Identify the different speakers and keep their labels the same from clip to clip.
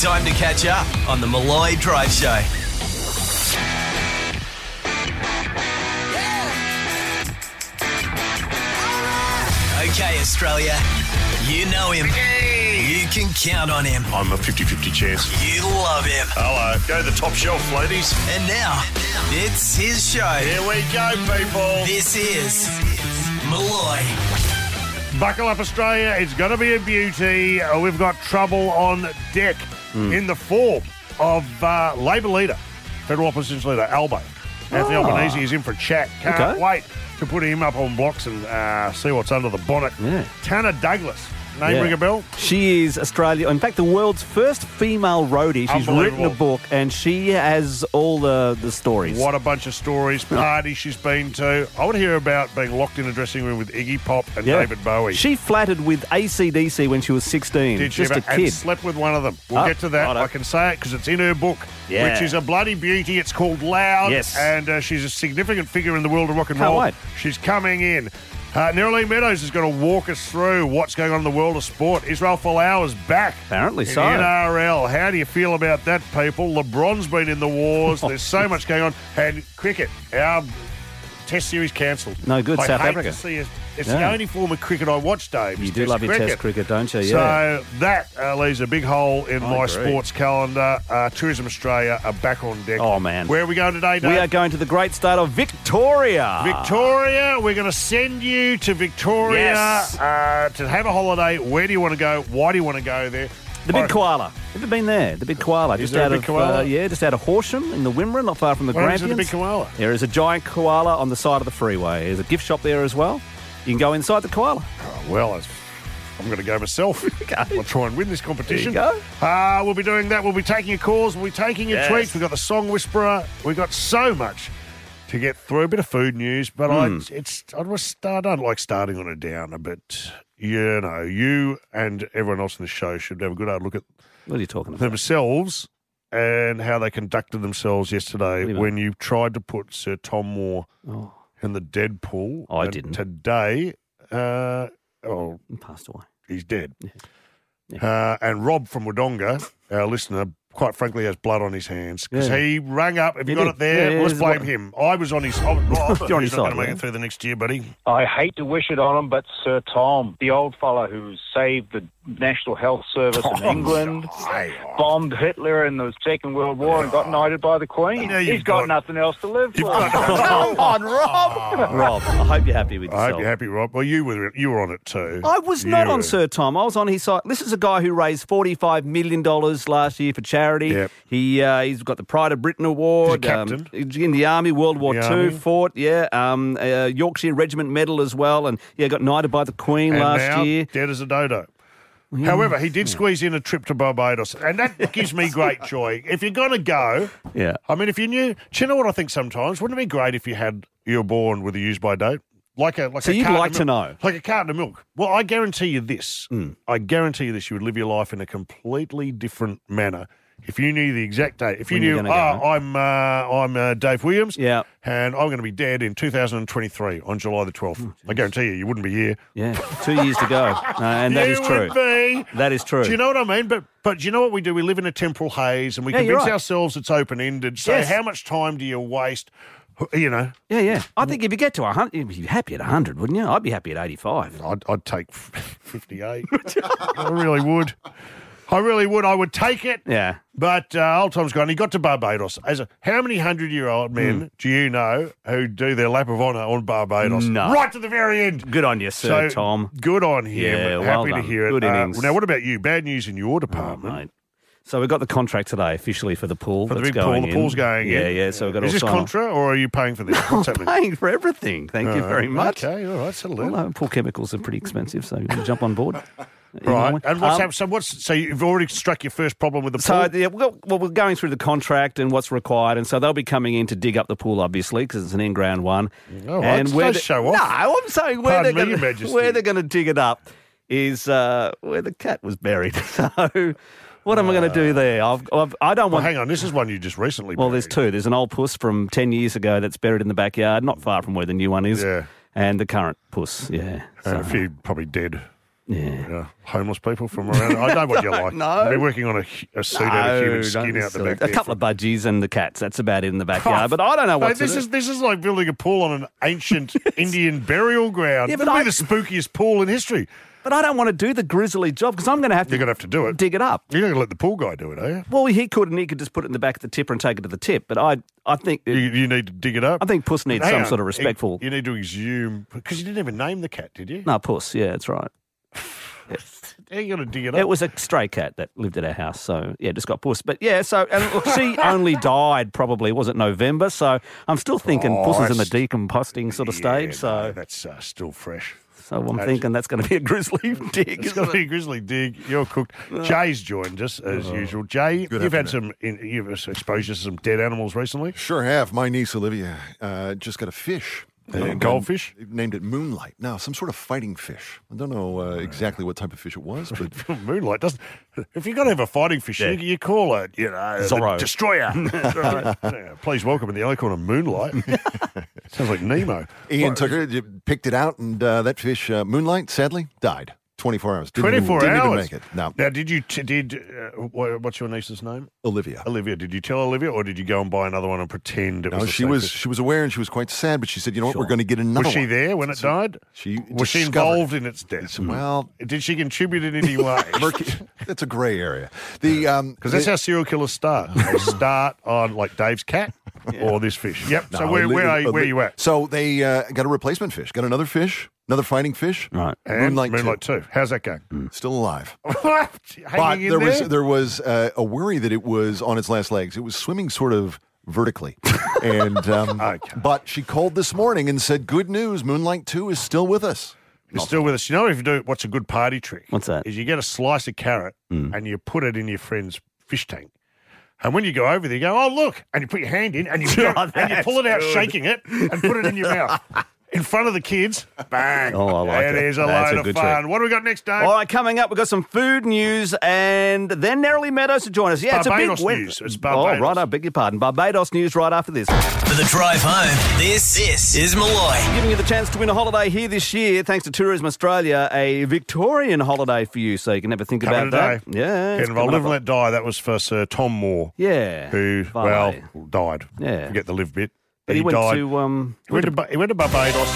Speaker 1: Time to catch up on the Malloy Drive Show. Okay, Australia, you know him. You can count on him.
Speaker 2: I'm a 50 50 chance.
Speaker 1: You love him.
Speaker 2: Hello. Go to the top shelf, ladies.
Speaker 1: And now, it's his show.
Speaker 2: Here we go, people.
Speaker 1: This is Malloy.
Speaker 2: Buckle up, Australia. It's going to be a beauty. Uh, We've got trouble on deck
Speaker 3: Hmm.
Speaker 2: in the form of uh, Labor leader, Federal Opposition leader, Albo. Anthony Albanese is in for a chat. Can't
Speaker 3: Ah. Okay.
Speaker 2: wait to put him up on blocks and uh, see what's under the bonnet.
Speaker 3: Yeah.
Speaker 2: Tanner Douglas. Name
Speaker 3: Yeah.
Speaker 2: ring a bell?
Speaker 3: She is Australia, in fact, the world's first female roadie. She's written
Speaker 2: Unbelievable.
Speaker 3: a book and she has all the, the stories.
Speaker 2: What a bunch of stories. Parties she's been to. I want to hear about being locked in a dressing room with Iggy Pop and
Speaker 3: Yeah.
Speaker 2: David Bowie.
Speaker 3: She flattered with ACDC when she was 16.
Speaker 2: Did she
Speaker 3: Just
Speaker 2: ever-
Speaker 3: a kid.
Speaker 2: And slept with one of them. We'll
Speaker 3: Oh,
Speaker 2: get to that.
Speaker 3: righto.
Speaker 2: I can say it because it's in her book,
Speaker 3: Yeah.
Speaker 2: which is a bloody beauty. It's called Loud.
Speaker 3: Yes.
Speaker 2: And uh, she's a significant figure in the world of rock and
Speaker 3: Can't
Speaker 2: roll.
Speaker 3: wait.
Speaker 2: She's coming in. Uh, Neroli Meadows is going to walk us through what's going on in the world of sport. Israel Folau is back.
Speaker 3: Apparently
Speaker 2: in
Speaker 3: so.
Speaker 2: the NRL. How do you feel about that, people? LeBron's been in the wars. There's so much going on. And cricket. Our Test series cancelled.
Speaker 3: No good,
Speaker 2: I
Speaker 3: South
Speaker 2: hate
Speaker 3: Africa.
Speaker 2: To see it. It's the
Speaker 3: Yeah.
Speaker 2: only form of cricket I watch, Dave. is
Speaker 3: you do love your
Speaker 2: cricket.
Speaker 3: test cricket, don't you? Yeah.
Speaker 2: So that uh, leaves a big hole in my
Speaker 3: agree.
Speaker 2: sports calendar. Uh, Tourism Australia are back on deck.
Speaker 3: Oh, man.
Speaker 2: Where are we going today, Dave?
Speaker 3: we are going to the great state of Victoria.
Speaker 2: Victoria, we're going to send you to Victoria
Speaker 3: Yes.
Speaker 2: uh, to have a holiday. Where do you want to go? Why do you want to go there? Oh,
Speaker 3: The Big
Speaker 2: Or-
Speaker 3: Koala. Have you been there? The Big Koala. just
Speaker 2: there a
Speaker 3: out
Speaker 2: Big
Speaker 3: of,
Speaker 2: Koala?
Speaker 3: Uh, yeah, just out of Horsham in the Wimmera, not far from the
Speaker 2: What happens to the
Speaker 3: Grampians.
Speaker 2: Big Koala?
Speaker 3: There is a giant koala on the side of the freeway. There's a gift shop there as well. You can go inside the koala.
Speaker 2: Oh, well, it's- I'm going to go myself. I'll try and win this competition.
Speaker 3: There you
Speaker 2: Uh, we'll be doing that. We'll be taking your calls. We'll be taking your
Speaker 3: Yes.
Speaker 2: tweets. We've got the Song Whisperer. We've got so much to get through. A bit of food news, but
Speaker 3: Hmm.
Speaker 2: I, it's, I, was, start- I don't like starting on a downer, but you know, you and everyone else in the show should have a good hard look at
Speaker 3: What are you talking about?
Speaker 2: themselves and how they conducted themselves yesterday
Speaker 3: Leave it.
Speaker 2: when you tried to put Sir Tom Moore
Speaker 3: Oh,
Speaker 2: in the Deadpool.
Speaker 3: I
Speaker 2: And
Speaker 3: didn't.
Speaker 2: Today, uh, oh,
Speaker 3: he passed away.
Speaker 2: he's dead. Uh, and Rob from Wodonga, our listener, quite frankly, has blood on his hands because
Speaker 3: Yeah.
Speaker 2: he rang up. Have
Speaker 3: He
Speaker 2: you
Speaker 3: did.
Speaker 2: got it there?
Speaker 3: Yeah, yeah,
Speaker 2: Let's
Speaker 3: it's
Speaker 2: blame
Speaker 3: what-
Speaker 2: him. I was on his. I was, Rob,
Speaker 3: You're on
Speaker 2: he's
Speaker 3: his side,
Speaker 2: not going to make
Speaker 3: yeah.
Speaker 2: it through the next year, buddy.
Speaker 4: I hate to wish it on him, but Sir Tom, the old fellow who saved the National Health Service in England, bombed Hitler in the Second World War, and got knighted by the Queen.
Speaker 2: Now you've
Speaker 4: He's got,
Speaker 2: got-
Speaker 4: nothing else to live for.
Speaker 3: Come on, Rob. Rob, I hope you're happy with
Speaker 2: I
Speaker 3: yourself.
Speaker 2: hope you're happy, Rob. Well, you were you were on it too.
Speaker 3: I was
Speaker 2: You
Speaker 3: not on
Speaker 2: were.
Speaker 3: Sir Tom. I was on his side. This is a guy who raised forty-five million dollars last year for charity.
Speaker 2: Yep.
Speaker 3: He uh, he's got the Pride of Britain Award.
Speaker 2: He's a
Speaker 3: um,
Speaker 2: captain.
Speaker 3: he's in the army, World War
Speaker 2: The
Speaker 3: Two,
Speaker 2: army.
Speaker 3: fought. Yeah, um, uh, Yorkshire Regiment Medal as well, and yeah, got knighted by the Queen
Speaker 2: And
Speaker 3: last
Speaker 2: now,
Speaker 3: year.
Speaker 2: dead as a dodo. However, he
Speaker 3: Hmm.
Speaker 2: did squeeze in a trip to Barbados, and that gives me great joy. If you're going to go,
Speaker 3: Yeah.
Speaker 2: I mean, if you knew, do you know what I think? Sometimes wouldn't it be great if you had you were born with a use by date, like a like
Speaker 3: So
Speaker 2: a
Speaker 3: you'd
Speaker 2: carton
Speaker 3: like
Speaker 2: of
Speaker 3: to
Speaker 2: milk-
Speaker 3: know. Hmm.
Speaker 2: like a carton of milk. Well, I guarantee you this. I guarantee you this. You would live your life in a completely different manner if you knew the exact date. If you
Speaker 3: When you're
Speaker 2: knew,
Speaker 3: gonna
Speaker 2: oh,
Speaker 3: go, huh?"
Speaker 2: I'm uh, I'm uh, Dave Williams,
Speaker 3: Yeah.
Speaker 2: and I'm going to be dead in 2023 on July the 12th. I guarantee you, you wouldn't be here.
Speaker 3: Yeah, two years to go, uh, and that
Speaker 2: you
Speaker 3: is true.
Speaker 2: Would be.
Speaker 3: That is true.
Speaker 2: Do you know what I mean? But but do you know what we do? We live in a temporal haze, and we
Speaker 3: Yeah, you're
Speaker 2: convince
Speaker 3: right.
Speaker 2: ourselves it's open ended. So
Speaker 3: Yes.
Speaker 2: how much time do you waste? You know,
Speaker 3: yeah, yeah. I think if you get to hundred, you'd be happy at hundred, wouldn't you? I'd be happy at eighty-five.
Speaker 2: I'd, I'd take fifty eight. I really would. I really would. I would take it.
Speaker 3: Yeah.
Speaker 2: But uh, old Tom's gone. He got to Barbados. As a, how many hundred year old men
Speaker 3: Hmm.
Speaker 2: do you know who do their lap of honour on Barbados?
Speaker 3: No.
Speaker 2: Right to the very end.
Speaker 3: Good on you, Sir
Speaker 2: So,
Speaker 3: Tom.
Speaker 2: Good on him.
Speaker 3: Yeah,
Speaker 2: Happy
Speaker 3: well
Speaker 2: to
Speaker 3: done.
Speaker 2: hear it.
Speaker 3: Good
Speaker 2: Uh,
Speaker 3: innings.
Speaker 2: now, what about you? Bad news in your department.
Speaker 3: Mate. So we've got the contract today officially for the pool.
Speaker 2: For the
Speaker 3: that's
Speaker 2: big pool,
Speaker 3: going
Speaker 2: the
Speaker 3: in.
Speaker 2: pool's going
Speaker 3: yeah,
Speaker 2: in.
Speaker 3: Yeah, So we've got
Speaker 2: Is
Speaker 3: all
Speaker 2: this
Speaker 3: sign off.
Speaker 2: contra or are you paying for this? What's happening?
Speaker 3: Paying for everything. Thank you very much.
Speaker 2: Okay, all right, settle down.
Speaker 3: Although pool chemicals are pretty expensive, so you can jump on board.
Speaker 2: Right, and what's
Speaker 3: Um,
Speaker 2: hap- So what's so you've already struck your first problem with the
Speaker 3: So
Speaker 2: pool?
Speaker 3: yeah, well, well, we're going through the contract and what's required, and so they'll be coming in to dig up the pool, obviously, because it's an in-ground one.
Speaker 2: All right,
Speaker 3: and where
Speaker 2: don't
Speaker 3: they-
Speaker 2: Oh, show off.
Speaker 3: No, I'm saying where
Speaker 2: Pardon me,
Speaker 3: they're
Speaker 2: Your
Speaker 3: going
Speaker 2: Majesty.
Speaker 3: where they're going to dig it up is uh, where the cat was buried. So what am I going to do there? I've, I've, I don't
Speaker 2: Uh, well,
Speaker 3: want
Speaker 2: hang on, this is one you just recently.
Speaker 3: Well, there's
Speaker 2: buried.
Speaker 3: two. There's an old puss from 10 years ago that's buried in the backyard, not far from where the new one is.
Speaker 2: Yeah.
Speaker 3: And the current puss, yeah.
Speaker 2: and
Speaker 3: So,
Speaker 2: a few probably dead.
Speaker 3: Yeah.
Speaker 2: Yeah, homeless people from around. I know what you're like.
Speaker 3: No.
Speaker 2: They're working on a, hu- a suit out of
Speaker 3: No,
Speaker 2: human
Speaker 3: don't
Speaker 2: skin
Speaker 3: be
Speaker 2: out the
Speaker 3: silly.
Speaker 2: back.
Speaker 3: a
Speaker 2: there. Oh,
Speaker 3: couple of budgies and the cats. That's about it in the backyard. But I don't know
Speaker 2: Mate,
Speaker 3: what's
Speaker 2: this
Speaker 3: in
Speaker 2: is
Speaker 3: it.
Speaker 2: this is like building a pool on an ancient Indian burial ground.
Speaker 3: Yeah, but
Speaker 2: It'll
Speaker 3: I-
Speaker 2: be the spookiest pool in history.
Speaker 3: But I don't want to do the grizzly job because I'm going to have to
Speaker 2: You're gonna have to do it.
Speaker 3: dig it up.
Speaker 2: You're not going to let the pool guy do it, are you?
Speaker 3: Well, he could, and he could just put it in the back of the tipper and take it to the tip. But I, I think,
Speaker 2: You, you need to dig it up.
Speaker 3: I think Puss needs
Speaker 2: Hang
Speaker 3: some
Speaker 2: on.
Speaker 3: sort of respectful.
Speaker 2: You need to exhume because you didn't even name the cat, did you?
Speaker 3: no, Puss. Yeah, that's right.
Speaker 2: How you going to dig it up?
Speaker 3: It was a stray cat that lived at our house, so yeah, just got puss. But yeah, so and look, she only died probably was it November? So I'm still thinking puss is in the decomposing sort of
Speaker 2: Oh, Yeah,
Speaker 3: stage.
Speaker 2: no,
Speaker 3: So
Speaker 2: that's uh, still fresh.
Speaker 3: so oh, I'm thinking that's going to be a grizzly dig.
Speaker 2: It's
Speaker 3: isn't
Speaker 2: going
Speaker 3: it?
Speaker 2: to
Speaker 3: Uh.
Speaker 2: be a grizzly dig. You're cooked. Jay's joined us as
Speaker 5: Oh.
Speaker 2: usual. Jay, you've had some in, you've exposed us to some dead animals recently.
Speaker 5: Sure have. My niece Olivia uh, just got a fish. Uh,
Speaker 2: A goldfish?
Speaker 5: Named it Moonlight. Now, some sort of fighting fish. I don't know uh, exactly what type of fish it was, but
Speaker 2: Moonlight doesn't. If you're going to have a fighting fish, you, you call it, you know, the
Speaker 3: Zorro.
Speaker 2: destroyer. Yeah, Please welcome in the icon of Moonlight. Sounds like Nemo.
Speaker 5: Ian took her, j- picked it out, and uh, that fish, uh, Moonlight, sadly, died. 24 hours. Didn't even-
Speaker 2: 24
Speaker 5: didn't
Speaker 2: hours.
Speaker 5: even make it. No.
Speaker 2: Now, did you, t- did, uh, wha- what's your niece's name?
Speaker 5: Olivia.
Speaker 2: Olivia. Did you tell Olivia or did you go and buy another one and pretend it
Speaker 5: No,
Speaker 2: was the
Speaker 5: she
Speaker 2: same
Speaker 5: was
Speaker 2: fish?
Speaker 5: she was aware and she was quite sad, but she said, "You know what? We're going to get another."
Speaker 2: Was she
Speaker 5: one."
Speaker 2: there when it died?
Speaker 5: She
Speaker 2: was she
Speaker 5: discovered-
Speaker 2: involved in its death?
Speaker 5: Well,
Speaker 2: Did she contribute in any way?
Speaker 5: murky- that's a gray area. The um,
Speaker 2: Because that's how serial killers start. They start on like Dave's cat or this fish. Yep. so
Speaker 5: No,
Speaker 2: where,
Speaker 5: Oli-
Speaker 2: where, are you, where
Speaker 5: Oli-
Speaker 2: you at?
Speaker 5: So they uh, got a replacement fish, got another fish, another fighting fish.
Speaker 3: Right.
Speaker 2: And
Speaker 5: Moonlight,
Speaker 2: Moonlight, two. How's that going?
Speaker 5: two, still alive.
Speaker 2: Hanging
Speaker 5: but
Speaker 2: in
Speaker 5: there was
Speaker 2: there?
Speaker 5: there was uh, a worry that it was on its last legs. It was swimming sort of vertically, and um,
Speaker 2: Okay.
Speaker 5: but she called this morning and said, "Good news, Moonlight Two is still with us."
Speaker 2: You're still with us. You know, if you do what's a good party trick?
Speaker 3: What's that? Hmm.
Speaker 2: Is you get a slice of carrot and you put it in your friend's fish tank. And when you go over there, you go, oh, look. And you put your hand in and you,
Speaker 5: Oh,
Speaker 2: and you pull it out, shaking it, and put it in your mouth. In front of the kids, bang.
Speaker 3: Oh, I like
Speaker 2: it
Speaker 3: it.
Speaker 2: is a
Speaker 3: That's a
Speaker 2: load of
Speaker 3: good
Speaker 2: fun.
Speaker 3: trick.
Speaker 2: What do we got next, Dave?
Speaker 3: All right, coming up, we've got some food news and then Narrowly Meadows to join us. Yeah, it's a
Speaker 2: Barbados
Speaker 3: big win.
Speaker 2: news. It's Barbados.
Speaker 3: Oh, right, I beg your pardon. Barbados news right after this.
Speaker 1: For the drive home, this, this is Malloy.
Speaker 3: Giving you the chance to win a holiday here this year, thanks to Tourism Australia, a Victorian holiday for you, so you can never think
Speaker 2: Coming
Speaker 3: about
Speaker 2: today.
Speaker 3: that. Yeah,
Speaker 2: Get
Speaker 3: it's coming
Speaker 2: involved. Live
Speaker 3: up.
Speaker 2: and Let Die. That was for Sir Tom Moore,
Speaker 3: Yeah,
Speaker 2: who,
Speaker 3: Bye.
Speaker 2: well, died.
Speaker 3: Yeah.
Speaker 2: Forget the live bit.
Speaker 3: but he, went
Speaker 2: died.
Speaker 3: to um,
Speaker 2: he, went to, Ba- he went to Barbados.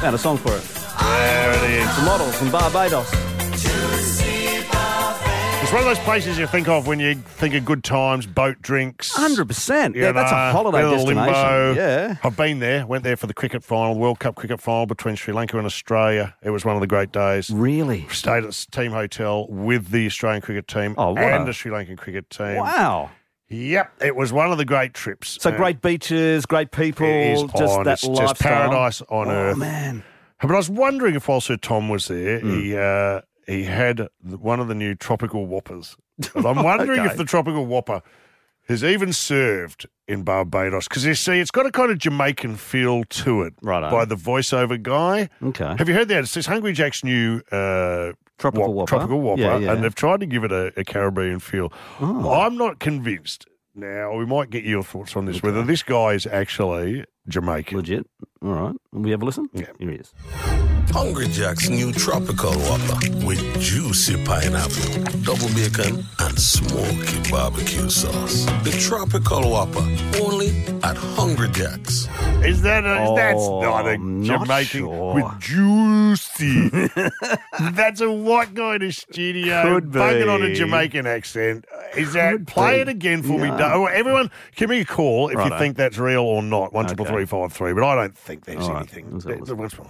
Speaker 3: found a song for it.
Speaker 2: There it is.
Speaker 3: The model from Barbados.
Speaker 2: It's one of those places you think of when you think of good times, boat drinks.
Speaker 3: Hundred percent.
Speaker 2: you
Speaker 3: Yeah, that's a
Speaker 2: know,
Speaker 3: holiday
Speaker 2: bit of the
Speaker 3: destination.
Speaker 2: Limbo.
Speaker 3: Yeah.
Speaker 2: I've been there. Went there for the cricket final, World Cup cricket final between Sri Lanka and Australia. It was one of the great days.
Speaker 3: Really?
Speaker 2: Stayed at team hotel with the Australian cricket team
Speaker 3: Oh, what
Speaker 2: and
Speaker 3: a-
Speaker 2: the Sri Lankan cricket team.
Speaker 3: Wow.
Speaker 2: Yep, it was one of the great trips.
Speaker 3: So
Speaker 2: And
Speaker 3: great beaches, great people,
Speaker 2: it is
Speaker 3: just
Speaker 2: on.
Speaker 3: that
Speaker 2: it's
Speaker 3: lifestyle.
Speaker 2: just paradise on
Speaker 3: oh
Speaker 2: earth.
Speaker 3: man.
Speaker 2: But I was wondering if while Sir Tom was there, he uh, he had th- one of the new tropical whoppers. And I'm wondering
Speaker 3: Okay.
Speaker 2: if the tropical whopper has even served in Barbados because you see, it's got a kind of Jamaican feel to it
Speaker 3: Righto.
Speaker 2: by the voiceover guy.
Speaker 3: Okay.
Speaker 2: Have you heard that? It's this Hungry Jack's new uh,
Speaker 3: Tropical
Speaker 2: whop-
Speaker 3: Whopper.
Speaker 2: tropical whopper,
Speaker 3: Yeah, Oh. yeah.
Speaker 2: and they've tried to give it a, a Caribbean feel. I'm not convinced. Now we might get your thoughts on this: whether this guy is actually Jamaican.
Speaker 3: Legit. All right. Will we have a listen? Yeah. Here he is.
Speaker 6: Hungry Jack's new tropical whopper with juicy pineapple, double bacon, and smoky barbecue sauce. The tropical whopper only at Hungry Jack's.
Speaker 2: Is that a,
Speaker 3: Oh,
Speaker 2: Uh, that's not a
Speaker 3: I'm not
Speaker 2: Jamaican
Speaker 3: sure.
Speaker 2: with juicy? that's a white guy in a studio
Speaker 3: Could
Speaker 2: bunging on a
Speaker 3: be.
Speaker 2: Jamaican accent. Is that
Speaker 3: Could
Speaker 2: play
Speaker 3: be.
Speaker 2: it again for me?
Speaker 3: No.
Speaker 2: Dave. Oh, Everyone, give me a call if you
Speaker 3: Righto.
Speaker 2: think that's real or not. One triple
Speaker 3: Okay.
Speaker 2: three five three. But I don't think there's
Speaker 3: All right.
Speaker 2: anything.
Speaker 3: Let's have a listen.
Speaker 2: There- once more.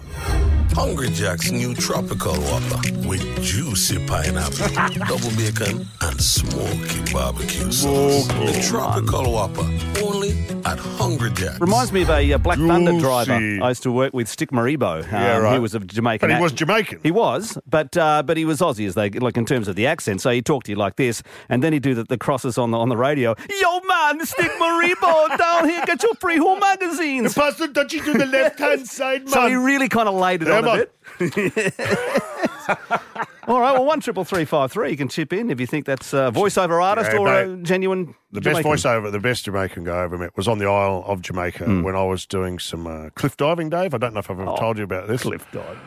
Speaker 6: Hungry Jack's new tropical whopper with juicy pineapple, double bacon, and smoky barbecue sauce. the tropical whopper only at Hungry Jack's.
Speaker 3: Reminds me of a uh, Black Thunder driver
Speaker 2: Juicy.
Speaker 3: I used to work with, Stick Maribo. Um,
Speaker 2: Yeah, right.
Speaker 3: He was of Jamaican.
Speaker 2: But he
Speaker 3: ac-
Speaker 2: was Jamaican.
Speaker 3: He was, but uh, but he was Aussie, as they like in terms of the accent. So he talked to you like this, and then he'd do the, the crosses on the on the radio. Yo, man, Stick Maribo down here, get your free home magazines.
Speaker 2: Pass the touchy to the left hand side,
Speaker 3: So he
Speaker 2: man.
Speaker 3: really kind of laid it on
Speaker 2: Yeah,
Speaker 3: a
Speaker 2: man.
Speaker 3: bit. All right, well, one triple three five three. You can chip in if you think that's a voiceover artist
Speaker 2: Yeah,
Speaker 3: or a
Speaker 2: mate.
Speaker 3: genuine.
Speaker 2: The
Speaker 3: Jamaican.
Speaker 2: best voiceover, the best Jamaican guy I ever met was on the Isle of
Speaker 3: Hmm. Oh,
Speaker 2: Jamaica when I was doing some uh, cliff diving, Dave. I don't know if I've ever told you about this.
Speaker 3: Cliff died.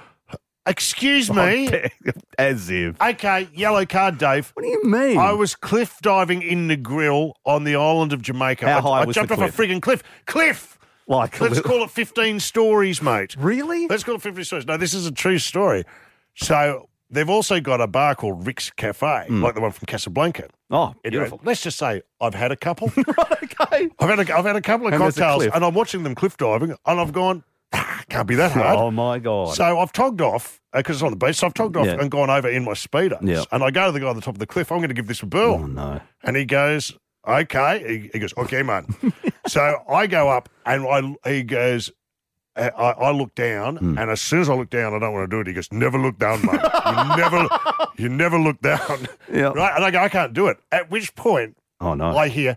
Speaker 2: Excuse me.
Speaker 3: Oh, As if.
Speaker 2: Okay, yellow card, Dave.
Speaker 3: What do you mean?
Speaker 2: I was cliff diving in the grill on the island of Jamaica.
Speaker 3: How
Speaker 2: I,
Speaker 3: high
Speaker 2: I
Speaker 3: was the
Speaker 2: jumped off a
Speaker 3: cliff?
Speaker 2: frigging cliff. Cliff!
Speaker 3: like a
Speaker 2: Let's
Speaker 3: little-
Speaker 2: call it 15 stories, mate.
Speaker 3: Really?
Speaker 2: Let's call it 15 stories. No, this is a true story. So they've also got a bar called Rick's Cafe, like the one from Casablanca.
Speaker 3: Hmm. Oh,
Speaker 2: Anyway,
Speaker 3: beautiful.
Speaker 2: Let's just say I've had a couple.
Speaker 3: okay.
Speaker 2: I've had a, I've had a couple of
Speaker 3: And there's a
Speaker 2: cocktails,
Speaker 3: cliff.
Speaker 2: and I'm watching them cliff diving, and I've gone, ah, can't be that hard.
Speaker 3: Oh my god.
Speaker 2: So I've togged off because it's on the beach. So I've togged off
Speaker 3: Yeah.
Speaker 2: and gone over in my speeder.
Speaker 3: Yeah.
Speaker 2: And I go to the guy on the top of the cliff. I'm going to give this a burl.
Speaker 3: oh no.
Speaker 2: And he goes, okay. He, he goes, okay, man. so I go up and I, he goes, I, I I look down,
Speaker 3: Hmm.
Speaker 2: and as soon as I look down, I don't want to do it. He goes, never look down, mate. You never, you never look down.
Speaker 3: Yeah.
Speaker 2: Right. And I go, I can't do it. At which point
Speaker 3: Oh no.
Speaker 2: I hear,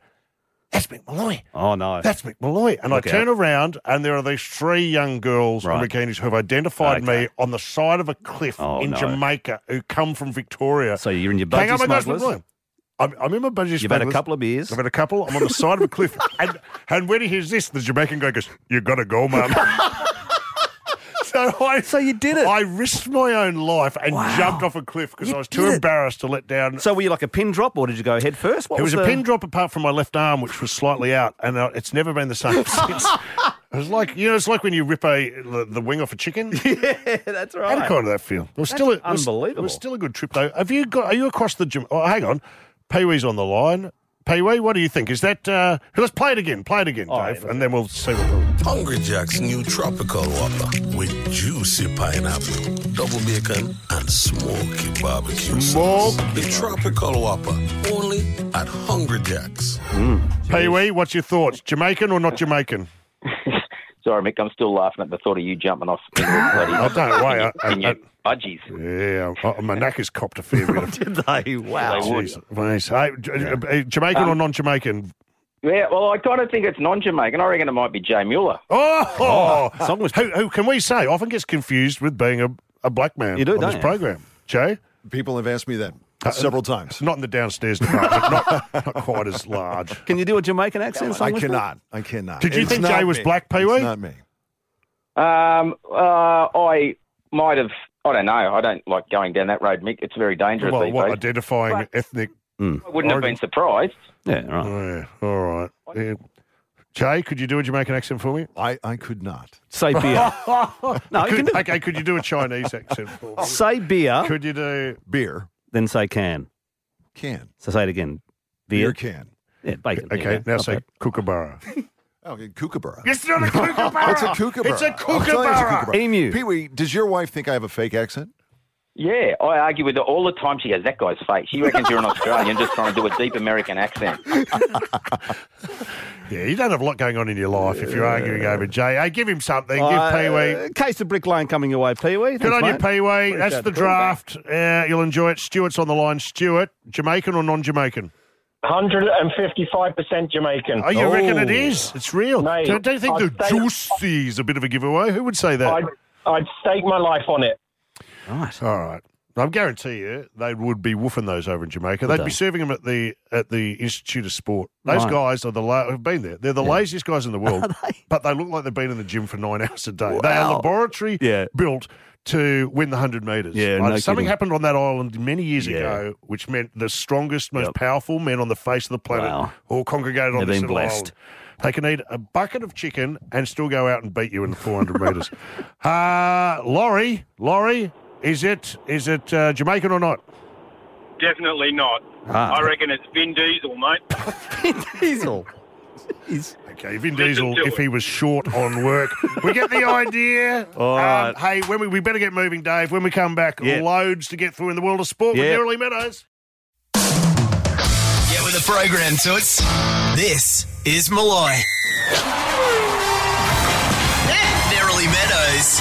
Speaker 2: that's Mick Malloy.
Speaker 3: oh no.
Speaker 2: That's Mick Malloy. And
Speaker 3: Look
Speaker 2: I turn around, and there are these three young girls in
Speaker 3: Right.
Speaker 2: bikinis who've identified me
Speaker 3: Okay.
Speaker 2: on the side of a cliff
Speaker 3: Oh,
Speaker 2: in
Speaker 3: no.
Speaker 2: Jamaica who come from Victoria.
Speaker 3: So you're in your
Speaker 2: Hang
Speaker 3: budgie
Speaker 2: on, my guy's Mick
Speaker 3: smugglers.
Speaker 2: Malloy. I'm, I'm in my budgie
Speaker 3: You've had a
Speaker 2: smugglers.
Speaker 3: couple of beers.
Speaker 2: I've had a couple. I'm on the side of a cliff. And, and when he hears this, the Jamaican guy goes, You gotta go, man. so I.
Speaker 3: So you did it.
Speaker 2: I risked my own life and
Speaker 3: Wow.
Speaker 2: jumped off a cliff because
Speaker 3: You
Speaker 2: I was
Speaker 3: did
Speaker 2: too
Speaker 3: it.
Speaker 2: embarrassed to let down
Speaker 3: so were you like a pin drop, or did you go head first? What
Speaker 2: it was a
Speaker 3: the-
Speaker 2: pin drop apart from my left arm, which was slightly out, and uh, it's never been the same since. It was like you know, it's like when you rip a the, the wing off a chicken.
Speaker 3: yeah, that's
Speaker 2: I
Speaker 3: right.
Speaker 2: had kind of that feel. It was still a, it was- It
Speaker 3: unbelievable.
Speaker 2: was still a good trip though. Have you got? Are you across the gym? Oh, hang on, Pee Wee's on the line. Pee Wee, what do you think? Is that? Uh, let's play it again. Play it again,
Speaker 3: All
Speaker 2: Dave,
Speaker 3: right.
Speaker 2: and then we'll see. What
Speaker 6: Hungry Jack's new tropical whopper with juicy pineapple, double bacon, and smoky barbecue sauce. The tropical whopper only at Hungry Jack's.
Speaker 2: Pee Wee, what's your thoughts? Jamaican or not Jamaican?
Speaker 7: Sorry, Mick, I'm still laughing at the thought of you jumping off in your bloody
Speaker 2: I Oh, don't worry. I,
Speaker 7: in
Speaker 2: I,
Speaker 7: your
Speaker 2: I,
Speaker 7: budgies.
Speaker 2: yeah, I, my knack is copped a fair bit. of-
Speaker 3: Did they? Wow. Um,
Speaker 7: They would.
Speaker 2: Jeez, Louise. Hey, J- uh, Jamaican or non-Jamaican?
Speaker 7: Yeah, well, I kind of think it's non-Jamaican. I reckon it might be Jay Mueller.
Speaker 2: Oh,
Speaker 3: song was-
Speaker 2: who, who can we say often gets confused with being a, a black man
Speaker 3: You do,
Speaker 2: on
Speaker 3: don't
Speaker 2: this
Speaker 3: you?
Speaker 2: program. Jay, Uh,
Speaker 5: People have asked me that several times.
Speaker 2: not in the downstairs department, not, not quite as large.
Speaker 3: Can you do a Jamaican accent?
Speaker 5: I
Speaker 3: song with that?
Speaker 5: cannot. I cannot.
Speaker 2: Did you
Speaker 5: It's
Speaker 2: think
Speaker 5: not
Speaker 2: Jay was
Speaker 5: me.
Speaker 2: black, Pee Wee?
Speaker 5: It's not me.
Speaker 7: Um, uh, I might have. I don't know. I don't like going down that road, Mick. It's very dangerous
Speaker 2: Well,
Speaker 7: these
Speaker 2: what
Speaker 7: days.
Speaker 2: identifying ethnic?
Speaker 7: Mm. I wouldn't have been surprised.
Speaker 3: Yeah, right.
Speaker 2: Yeah, all right. Yeah. Jay, could you do a Jamaican accent for me?
Speaker 5: I, I could not.
Speaker 3: Say beer. no, you can
Speaker 2: Could,
Speaker 3: do
Speaker 2: okay, could you do a Chinese accent for me?
Speaker 3: say beer,
Speaker 2: Could you do?
Speaker 5: Beer
Speaker 3: then say can.
Speaker 5: can.
Speaker 3: So say it again.
Speaker 5: Beer
Speaker 3: Beer.
Speaker 5: can.
Speaker 3: Yeah, bacon.
Speaker 2: Okay,
Speaker 3: yeah,
Speaker 2: now
Speaker 3: not
Speaker 2: say
Speaker 3: bad.
Speaker 2: kookaburra.
Speaker 3: Oh,
Speaker 5: Okay, kookaburra.
Speaker 2: It's not a kookaburra.
Speaker 5: It's a kookaburra. Oh.
Speaker 2: It's a
Speaker 5: I'll tell you it's a
Speaker 2: kookaburra.
Speaker 3: Emu.
Speaker 5: Pee Wee, does your wife think I have a fake accent?
Speaker 7: Yeah, I argue with her all the time. She goes, "That guy's fake." She reckons you're an Australian just trying to do a deep American accent.
Speaker 2: Yeah, you don't have a lot going on in your life if you're arguing over Jay. Hey, give him something. Give Pee Wee.
Speaker 3: Uh, case of brick lane coming your way, Pee Wee.
Speaker 2: Good on you,
Speaker 3: Thanks, mate.
Speaker 2: Pee Wee. That's
Speaker 3: Appreciate the
Speaker 2: the draft. Uh, you'll enjoy it. Stuart's on the line. Stuart, Jamaican or non Jamaican?
Speaker 8: 155% Jamaican.
Speaker 2: Oh, you reckon it is? It's real.
Speaker 8: Mate,
Speaker 2: don't, don't you think
Speaker 8: I'd
Speaker 2: the
Speaker 8: say-
Speaker 2: juicy is a bit of a giveaway? Who would say that?
Speaker 8: I'd, I'd stake my life on it.
Speaker 3: Right.
Speaker 2: All right. I guarantee you, they would be woofing those over in Jamaica. They'd
Speaker 3: they?
Speaker 2: be serving them at the at the Institute of Sport. Those
Speaker 3: Right.
Speaker 2: guys are the la- have been there. They're the laziest guys in the world, but they look like they've been in the gym for nine hours a day. They are
Speaker 3: Wow.
Speaker 2: laboratory
Speaker 3: Yeah.
Speaker 2: built to win the hundred meters.
Speaker 3: Yeah,
Speaker 2: Like,
Speaker 3: no
Speaker 2: something
Speaker 3: kidding.
Speaker 2: happened on that island many years
Speaker 3: Yeah.
Speaker 2: ago, which meant the strongest, most
Speaker 3: Yep.
Speaker 2: powerful men on the face of the planet
Speaker 3: Wow.
Speaker 2: all congregated on
Speaker 3: They've
Speaker 2: this
Speaker 3: been
Speaker 2: little
Speaker 3: blessed.
Speaker 2: island. They can eat a bucket of chicken and still go out and beat you in the 400 metres. Uh, Laurie, Laurie, is it is it uh, Jamaican or not?
Speaker 9: Definitely not.
Speaker 3: Ah.
Speaker 9: I reckon it's Vin Diesel, mate.
Speaker 3: Diesel. Jeez.
Speaker 2: Okay, Vin Diesel,
Speaker 9: to
Speaker 2: if
Speaker 9: it.
Speaker 2: he was short on work. we get the idea. Um,
Speaker 3: All right.
Speaker 2: Hey, when we, we better get moving, Dave. When we come back,
Speaker 3: Yeah.
Speaker 2: loads to get through in the world of sport
Speaker 3: Yeah.
Speaker 2: with Nearly Meadows.
Speaker 1: Get with the program, Toots. This is Malloy. Merrily Meadows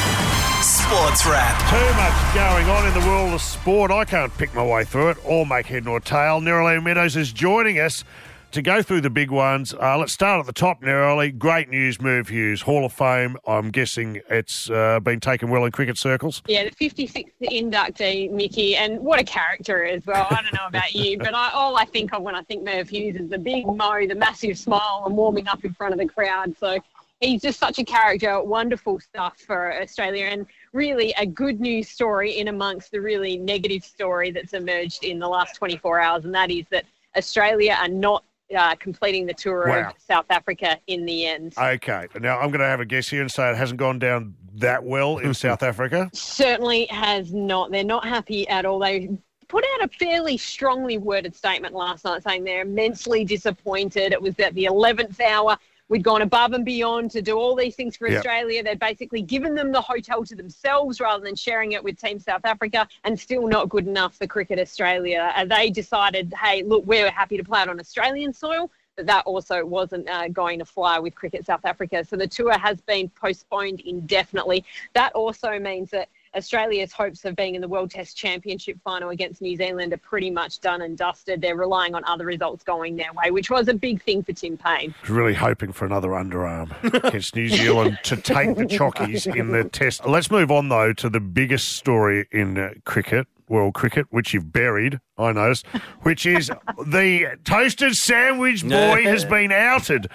Speaker 1: Sports Wrap.
Speaker 2: Too much going on in the world of sport. I can't pick my way through it or make head nor tail. Neroli Meadows is joining us to go through the big ones. Uh, let's start at the top, Neroli. Great news move, Hughes. Hall of Fame. I'm guessing it's uh, been taken well in cricket circles.
Speaker 10: Yeah, the 56th inductee, Mickey, and what a character as well. I don't know about you, but I, all I think of when I think Merv Hughes is the big mo, the massive smile, and warming up in front of the crowd. So he's just such a character, wonderful stuff for Australia, and really a good news story in amongst the really negative story that's emerged in the last 24 hours, and that is that Australia are not uh, completing the tour
Speaker 2: Wow.
Speaker 10: of South Africa in the end.
Speaker 2: Okay. Now I'm going to have a guess here and say it hasn't gone down that well in South Africa.
Speaker 10: certainly has not. They're not happy at all. They put out a fairly strongly worded statement last night saying they're immensely disappointed. It was at the 11th hour. We'd gone above and beyond to do all these things for
Speaker 11: Yep.
Speaker 10: Australia. They'd basically given them the hotel to themselves rather than sharing it with Team South Africa, and still not good enough for Cricket Australia. Uh, they decided, hey, look, we're happy to play it on Australian soil, but that also wasn't uh, going to fly with Cricket South Africa. So the tour has been postponed indefinitely. That also means that Australia's hopes of being in the World Test Championship final against New Zealand are pretty much done and dusted. They're relying on other results going their way, which was a big thing for Tim Payne.
Speaker 2: I was really hoping for another underarm against New Zealand to take the chockies in the test. Let's move on, though, to the biggest story in uh, cricket, world cricket, which you've buried, I noticed, which is the toasted sandwich boy has been outed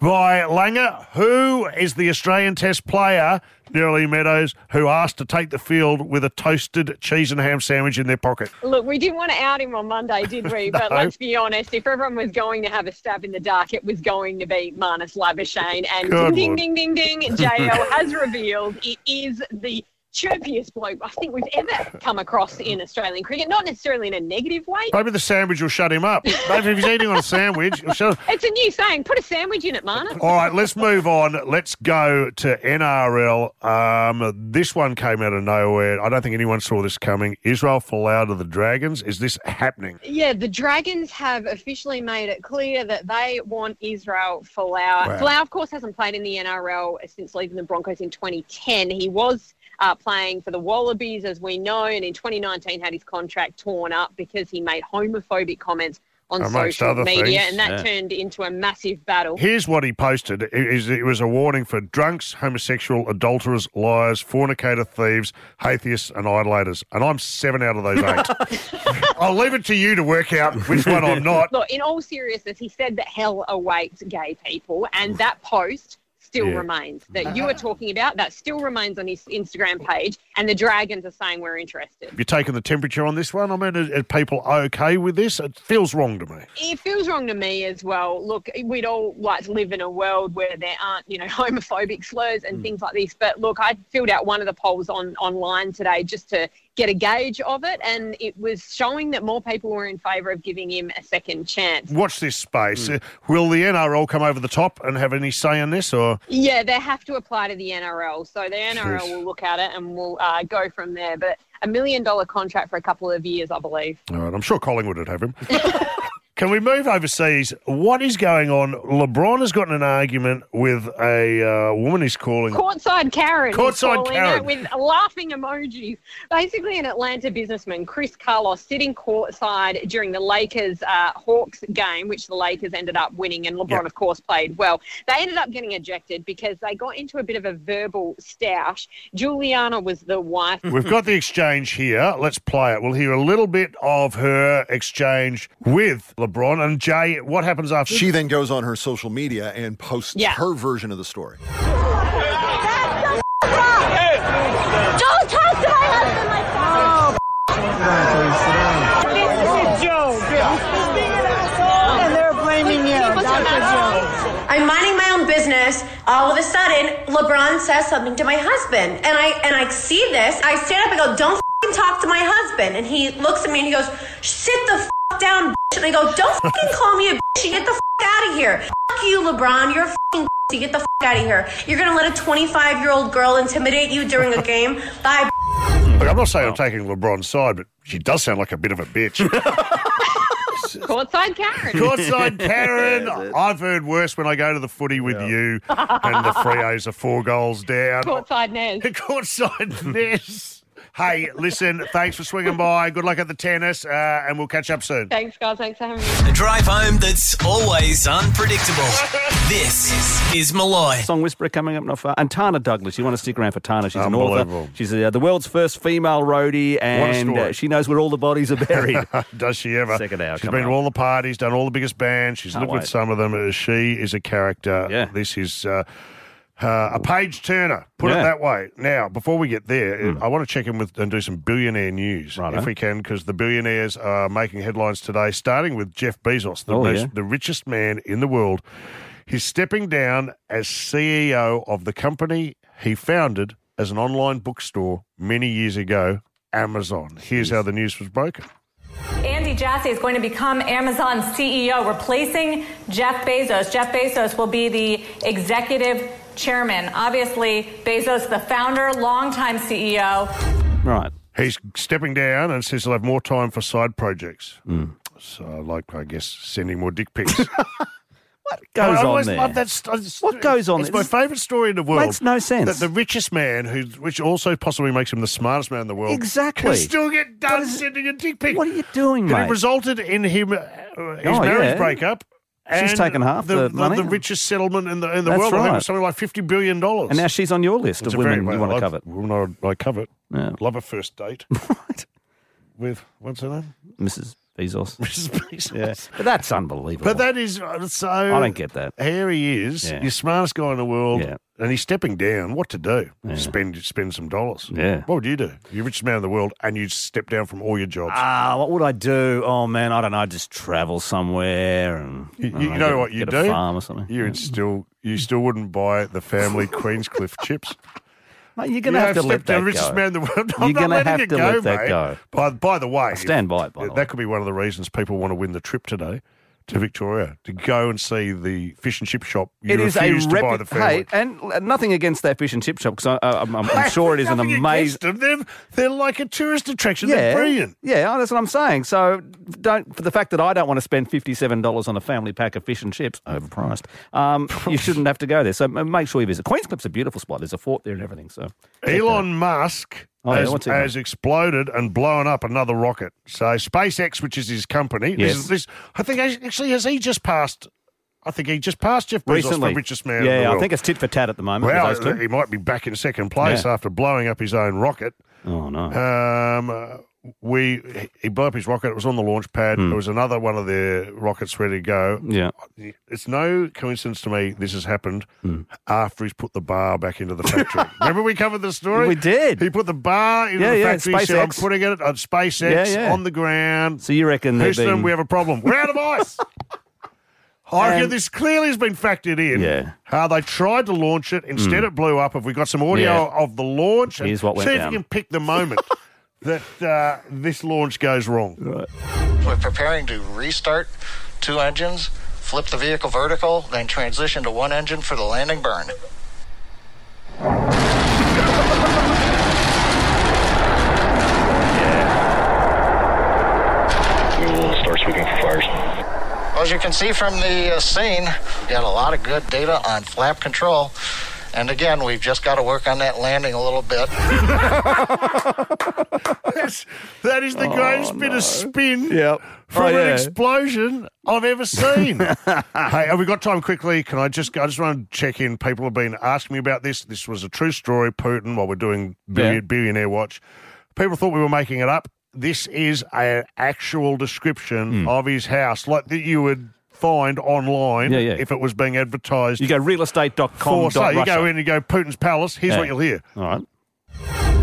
Speaker 2: by Langer, who is the Australian test player, Nearly Meadows, who asked to take the field with a toasted cheese and ham sandwich in their pocket.
Speaker 10: Look, we didn't want to out him on Monday, did we? But
Speaker 2: No.
Speaker 10: let's be honest, if everyone was going to have a stab in the dark, it was going to be Marnus Labuschagne. And
Speaker 11: Good
Speaker 10: ding,
Speaker 11: Lord.
Speaker 10: ding, ding, ding, ding, JL has revealed it is the chirpiest bloke I think we've ever come across in Australian cricket. Not necessarily in a negative way.
Speaker 2: Maybe the sandwich will shut him up. Maybe if he's eating on a sandwich, it'll shut
Speaker 10: It's a new saying. Put a sandwich in it, Marnus.
Speaker 2: All right, let's move on. Let's go to NRL. Um, this one came out of nowhere. I don't think anyone saw this coming. Israel Folau to the Dragons. Is this happening?
Speaker 10: Yeah, the Dragons have officially made it clear that they want Israel Folau.
Speaker 2: Wow.
Speaker 10: Folau, of course, hasn't played in the NRL since leaving the Broncos in 2010. He was uh, playing for the Wallabies, as we know, and in 2019 had his contract torn up because he made homophobic comments on
Speaker 2: Amongst
Speaker 10: social
Speaker 2: other
Speaker 10: media,
Speaker 2: things.
Speaker 10: and that
Speaker 2: Yeah.
Speaker 10: turned into a massive battle.
Speaker 2: Here's what he posted. It, is- it was a warning for drunks, homosexual, adulterers, liars, fornicator, thieves, atheists, and idolaters. And I'm seven out of those eight. I'll leave it to you to work out which one I'm not.
Speaker 10: Look, in all seriousness, he said that hell awaits gay people, and that post still
Speaker 11: Yeah.
Speaker 10: remains that you were talking about. That still remains on his Instagram page, and the Dragons are saying we're interested.
Speaker 2: You're taking the temperature on this one. I mean, are, are people okay with this? It feels wrong to me.
Speaker 10: It feels wrong to me as well. Look, we'd all like to live in a world where there aren't, you know, homophobic slurs
Speaker 2: Hmm.
Speaker 10: and things like this. But look, I filled out one of the polls on online today just to get a gauge of it, and it was showing that more people were in favour of giving him a second chance.
Speaker 2: Watch this
Speaker 5: Hmm.
Speaker 2: space. Uh, Will the NRL come over the top and have any say in this, or
Speaker 10: Yeah, they have to apply to the NRL. So the NRL
Speaker 2: Jeez.
Speaker 10: will look at it and we'll uh, go from there. But a million dollar contract for a couple of years, I believe.
Speaker 2: All right, I'm sure Collingwood would have him. Can we move overseas? What is going on? LeBron has gotten an argument with a uh, woman he's calling.
Speaker 10: Courtside Karen. is
Speaker 2: Courtside
Speaker 10: calling
Speaker 2: Karen.
Speaker 10: It with laughing emojis. Basically, an Atlanta businessman, Chris Carlos, sitting courtside during the Lakers uh, Hawks game, which the Lakers ended up winning, and LeBron,
Speaker 11: Yeah.
Speaker 10: of course, played well. They ended up getting ejected because they got into a bit of a verbal stoush. Juliana was the wife.
Speaker 2: We've got the exchange here. Let's play it. We'll hear a little bit of her exchange with LeBron. And Jay, what happens after?
Speaker 5: She then goes on her social media and posts her version of the story.
Speaker 11: Don't talk to my husband like that. This is a joke. And they're blaming you. That's a joke.
Speaker 12: I'm minding my own business. All of a sudden, LeBron says something to my husband, and I and I see this. I stand up and go, "Don't fing talk to my husband." And he looks at me and he goes, "Sit the f- down, bitch." And I go, "Don't fing call me a bitch. and Get the f- out of here. Fuck you, LeBron. You're a fing you get the f- out of here. You're gonna let a 25 year old girl intimidate you during a game? Bye."
Speaker 2: Look, I'm not saying I'm taking LeBron's side, but she does sound like a bit of a bitch.
Speaker 10: Courtside Karen.
Speaker 2: Courtside Karen, I've heard worse when I go to the footy with you and the Frios are four goals down.
Speaker 10: Courtside Nez.
Speaker 2: Courtside Nez. Hey, listen, thanks for swinging by. Good luck at the tennis, uh, and we'll catch up soon.
Speaker 10: Thanks, guys. Thanks for having me.
Speaker 1: A drive home that's always unpredictable. This is Malloy.
Speaker 3: Song Whisperer coming up not far. And Tana Douglas. You want to stick around for Tana. She's an
Speaker 2: Unbelievable.
Speaker 3: author. She's uh, the world's first female roadie, and
Speaker 2: story.
Speaker 3: uh, she knows where all the bodies are buried.
Speaker 2: Does she ever?
Speaker 3: Second hour.
Speaker 2: She's
Speaker 3: coming
Speaker 2: been to
Speaker 3: up.
Speaker 2: all the parties, done all the biggest bands. She's
Speaker 3: Can't
Speaker 2: lived with
Speaker 3: wait.
Speaker 2: some of them. Uh, She is a character. Yeah. This is. Uh, Uh, a page turner, put
Speaker 3: Yeah. Hmm.
Speaker 2: it that way. Now, before we get there, uh, I want to check in with and do some billionaire news
Speaker 3: Righto.
Speaker 2: if we can, because the billionaires are making headlines today, starting with Jeff Bezos, the,
Speaker 3: Oh,
Speaker 2: most,
Speaker 3: yeah.
Speaker 2: the richest man in the world. He's stepping down as CEO of the company he founded as an online bookstore many years ago, Amazon. Here's how the news was broken.
Speaker 13: Andy Jassy is going to become Amazon's CEO, replacing Jeff Bezos. Jeff Bezos will be the executive chairman. Obviously, Bezos, the founder, longtime E CEO.
Speaker 3: Right.
Speaker 2: He's stepping down and says he'll have more time for side projects.
Speaker 3: Hmm.
Speaker 2: So, like, I guess, sending more dick pics.
Speaker 3: goes
Speaker 2: I
Speaker 3: on
Speaker 2: always
Speaker 3: there?
Speaker 2: love that st-
Speaker 3: What goes on
Speaker 2: It's
Speaker 3: there?
Speaker 2: my favourite story in the world.
Speaker 3: Makes no sense.
Speaker 2: That the richest man, who, which also possibly makes him the smartest man in the world,
Speaker 3: Exactly.
Speaker 2: can still get done sending a dick pic.
Speaker 3: What are you doing,
Speaker 2: And
Speaker 3: mate?
Speaker 2: it resulted in him uh, his
Speaker 3: Oh,
Speaker 2: marriage
Speaker 3: yeah.
Speaker 2: breakup.
Speaker 3: She's
Speaker 2: and
Speaker 3: taken half the money.
Speaker 2: The richest settlement in the in the
Speaker 3: That's
Speaker 2: world. I think it
Speaker 3: right.
Speaker 2: was something like fifty billion dollars.
Speaker 3: and now she's on your list
Speaker 2: It's
Speaker 3: of
Speaker 2: a very-
Speaker 3: women you
Speaker 2: well,
Speaker 3: want to
Speaker 2: I've-
Speaker 3: cover.
Speaker 2: Women I, I covet.
Speaker 3: Yeah.
Speaker 2: Love a first date. With what's her name?
Speaker 3: Mrs. Bezos.
Speaker 2: Mrs. Bezos.
Speaker 3: But that's unbelievable.
Speaker 2: But that is uh, so.
Speaker 3: I don't get that.
Speaker 2: Here he is,
Speaker 3: Yeah.
Speaker 2: your smartest guy in the world,
Speaker 3: Yeah.
Speaker 2: and he's stepping down. What to do? Spend spend some dollars.
Speaker 3: Yeah.
Speaker 2: What would you do? You're the richest man in the world, and you step down from all your jobs.
Speaker 3: Ah, what would I do? Oh man, I don't know. I'd just travel somewhere and
Speaker 2: you,
Speaker 3: I
Speaker 2: you
Speaker 3: don't
Speaker 2: know
Speaker 3: Uh, get-
Speaker 2: what you
Speaker 3: get
Speaker 2: do?
Speaker 3: A farm or something.
Speaker 2: You'd still you still wouldn't buy the family Queenscliff chips.
Speaker 3: Mate, you're gonna
Speaker 2: You
Speaker 3: have to
Speaker 2: have
Speaker 3: let
Speaker 2: stepped down
Speaker 3: that
Speaker 2: richest
Speaker 3: go.
Speaker 2: man in the world. I'm
Speaker 3: you're
Speaker 2: not
Speaker 3: gonna
Speaker 2: letting
Speaker 3: have
Speaker 2: it
Speaker 3: to
Speaker 2: go,
Speaker 3: let that
Speaker 2: mate.
Speaker 3: go.
Speaker 2: By by the way,
Speaker 3: stand by it, by the way.
Speaker 2: that could be one of the reasons people want to win the trip today to Victoria to go and see the fish and chip shop. You
Speaker 3: It is a
Speaker 2: refuse to buy the
Speaker 3: repu-
Speaker 2: family.
Speaker 3: hey, and l- nothing against that fish and chip shop because I'm, I'm, I'm sure it is an
Speaker 2: Nothing
Speaker 3: amazing.
Speaker 2: against them. They're, they're like a tourist attraction.
Speaker 3: Yeah,
Speaker 2: They're brilliant.
Speaker 3: yeah, oh, that's what I'm saying. So, don't for the fact that I don't want to spend fifty-seven dollars on a family pack of fish and chips, overpriced. Um, you shouldn't have to go there. So m- make sure you visit. Queenscliff's a beautiful spot. There's a fort there and everything. So
Speaker 2: Elon Musk
Speaker 3: Oh, yeah,
Speaker 2: has,
Speaker 3: what's he
Speaker 2: has exploded and blown up another rocket. So SpaceX, which is his company, this
Speaker 3: Yes.
Speaker 2: is- this- I think ac- actually has he just passed. I think he just passed Jeff Bezos
Speaker 3: recently,
Speaker 2: for richest man.
Speaker 3: Yeah,
Speaker 2: in the
Speaker 3: I
Speaker 2: world.
Speaker 3: think it's tit for tat at the moment.
Speaker 2: Well,
Speaker 3: with those two.
Speaker 2: he might be back in second place
Speaker 3: Yeah.
Speaker 2: after blowing up his own rocket.
Speaker 3: Oh no.
Speaker 2: Um, uh, we he blew up his rocket. It was on the launch pad. There was another one of their rockets ready to go.
Speaker 3: Hmm. Yeah.
Speaker 2: It's no coincidence to me this has happened
Speaker 3: Hmm.
Speaker 2: after he's put the bar back into the factory. Remember we covered the story?
Speaker 3: We did.
Speaker 2: He put the bar into
Speaker 3: Yeah,
Speaker 2: the
Speaker 3: yeah,
Speaker 2: factory. He said, I'm
Speaker 3: SpaceX.
Speaker 2: putting it on SpaceX
Speaker 3: Yeah, yeah.
Speaker 2: on the ground.
Speaker 3: So you reckon they're
Speaker 2: Houston,
Speaker 3: being
Speaker 2: we have a problem. We're out of ice. I reckon
Speaker 3: And-
Speaker 2: this clearly has been factored in.
Speaker 3: Yeah.
Speaker 2: How they tried to launch it, instead it blew up. Have we got some audio
Speaker 3: Hmm. Yeah.
Speaker 2: of the launch? And
Speaker 3: Here's what went
Speaker 2: See if
Speaker 3: down.
Speaker 2: you can pick the moment that uh, this launch goes wrong.
Speaker 14: We're preparing to restart two engines, flip the vehicle vertical, then transition to one engine for the landing burn.
Speaker 15: Start speaking for fires.
Speaker 14: As you can see from the uh, scene, we got a lot of good data on flap control. And again, we've just got to work on that landing a little bit.
Speaker 2: That's, that is the greatest bit of spin
Speaker 3: Oh, Yep.
Speaker 2: from
Speaker 3: Oh,
Speaker 2: an
Speaker 3: yeah.
Speaker 2: explosion I've ever seen. hey, have we got time quickly? Can I just I just want to check in. People have been asking me about this. This was a true story, Putin, while we're doing billion,
Speaker 3: Yeah.
Speaker 2: Billionaire Watch. People thought we were making it up. This is an actual description
Speaker 3: Hmm.
Speaker 2: of his house, like that you would find online
Speaker 3: Yeah, yeah.
Speaker 2: if it was being advertised.
Speaker 3: You go
Speaker 2: for
Speaker 3: realestate.com.
Speaker 2: sale. you go in and go Putin's palace. Here's
Speaker 3: Yeah.
Speaker 2: what you'll hear.
Speaker 3: All right.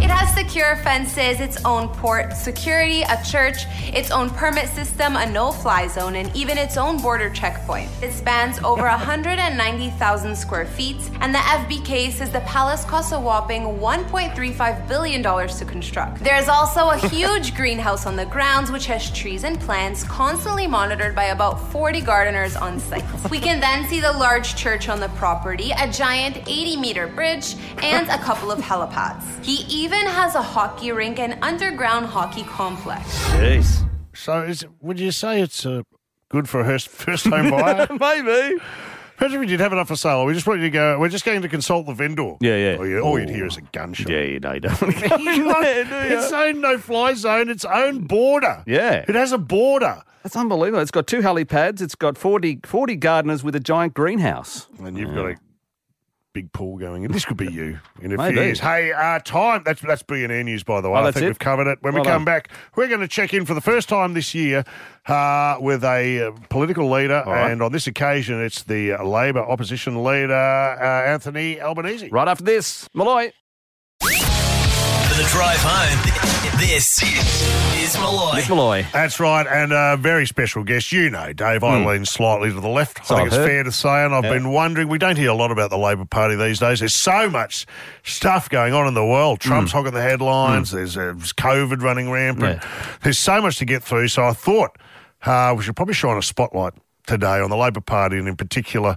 Speaker 16: It has secure fences, its own port, security, a church, its own permit system, a no fly zone, and even its own border checkpoint. It spans over 190,000 square feet, and the FBK says the palace costs a whopping $1.35 billion to construct. There is also a huge greenhouse on the grounds, which has trees and plants constantly monitored by about 40 gardeners on site. We can then see the large church on the property, a giant 80 meter bridge, and a couple of helipads. He even has a hockey rink and underground hockey complex.
Speaker 3: Jeez.
Speaker 2: So, is, would you say it's uh, good for a first, first home buyer?
Speaker 3: Maybe.
Speaker 2: Imagine if we did have it up for sale. We just wanted to go. We're just going to consult the vendor.
Speaker 3: Yeah, yeah.
Speaker 2: All, you, all you'd hear is Oh, a gunshot.
Speaker 3: Yeah, you know, you don't.
Speaker 2: its own no-fly zone. Its own border.
Speaker 3: Yeah.
Speaker 2: It has a border.
Speaker 3: That's unbelievable. It's got two helipads. It's got 40, 40 gardeners with a giant greenhouse.
Speaker 2: And you've got a big pool going in. This could be you in a few Maybe. years. Hey, uh, time. That's that's B and E news, by the way.
Speaker 3: Oh,
Speaker 2: I
Speaker 3: that's
Speaker 2: think
Speaker 3: it?
Speaker 2: we've covered it. When
Speaker 3: Well
Speaker 2: we come
Speaker 3: done.
Speaker 2: back, we're going to check in for the first time this year uh, with a uh, political leader,
Speaker 3: right.
Speaker 2: and on this occasion, it's the uh, Labor opposition leader uh, Anthony Albanese.
Speaker 3: Right after this, Malloy.
Speaker 1: For the drive home, this is Malloy.
Speaker 3: Miss Malloy.
Speaker 2: That's right, and a very special guest. You know, Dave, I
Speaker 3: Hmm.
Speaker 2: lean slightly to the left.
Speaker 3: So
Speaker 2: I think
Speaker 3: I've
Speaker 2: it's
Speaker 3: heard.
Speaker 2: fair to say, and I've
Speaker 3: Yeah.
Speaker 2: been wondering. We don't hear a lot about the Labor Party these days. There's so much stuff going on in the world. Trump's
Speaker 3: Mm.
Speaker 2: hogging the headlines. There's uh, COVID running rampant. There's so much to get through. So I thought uh, we should probably shine a spotlight today on the Labor Party, and in particular,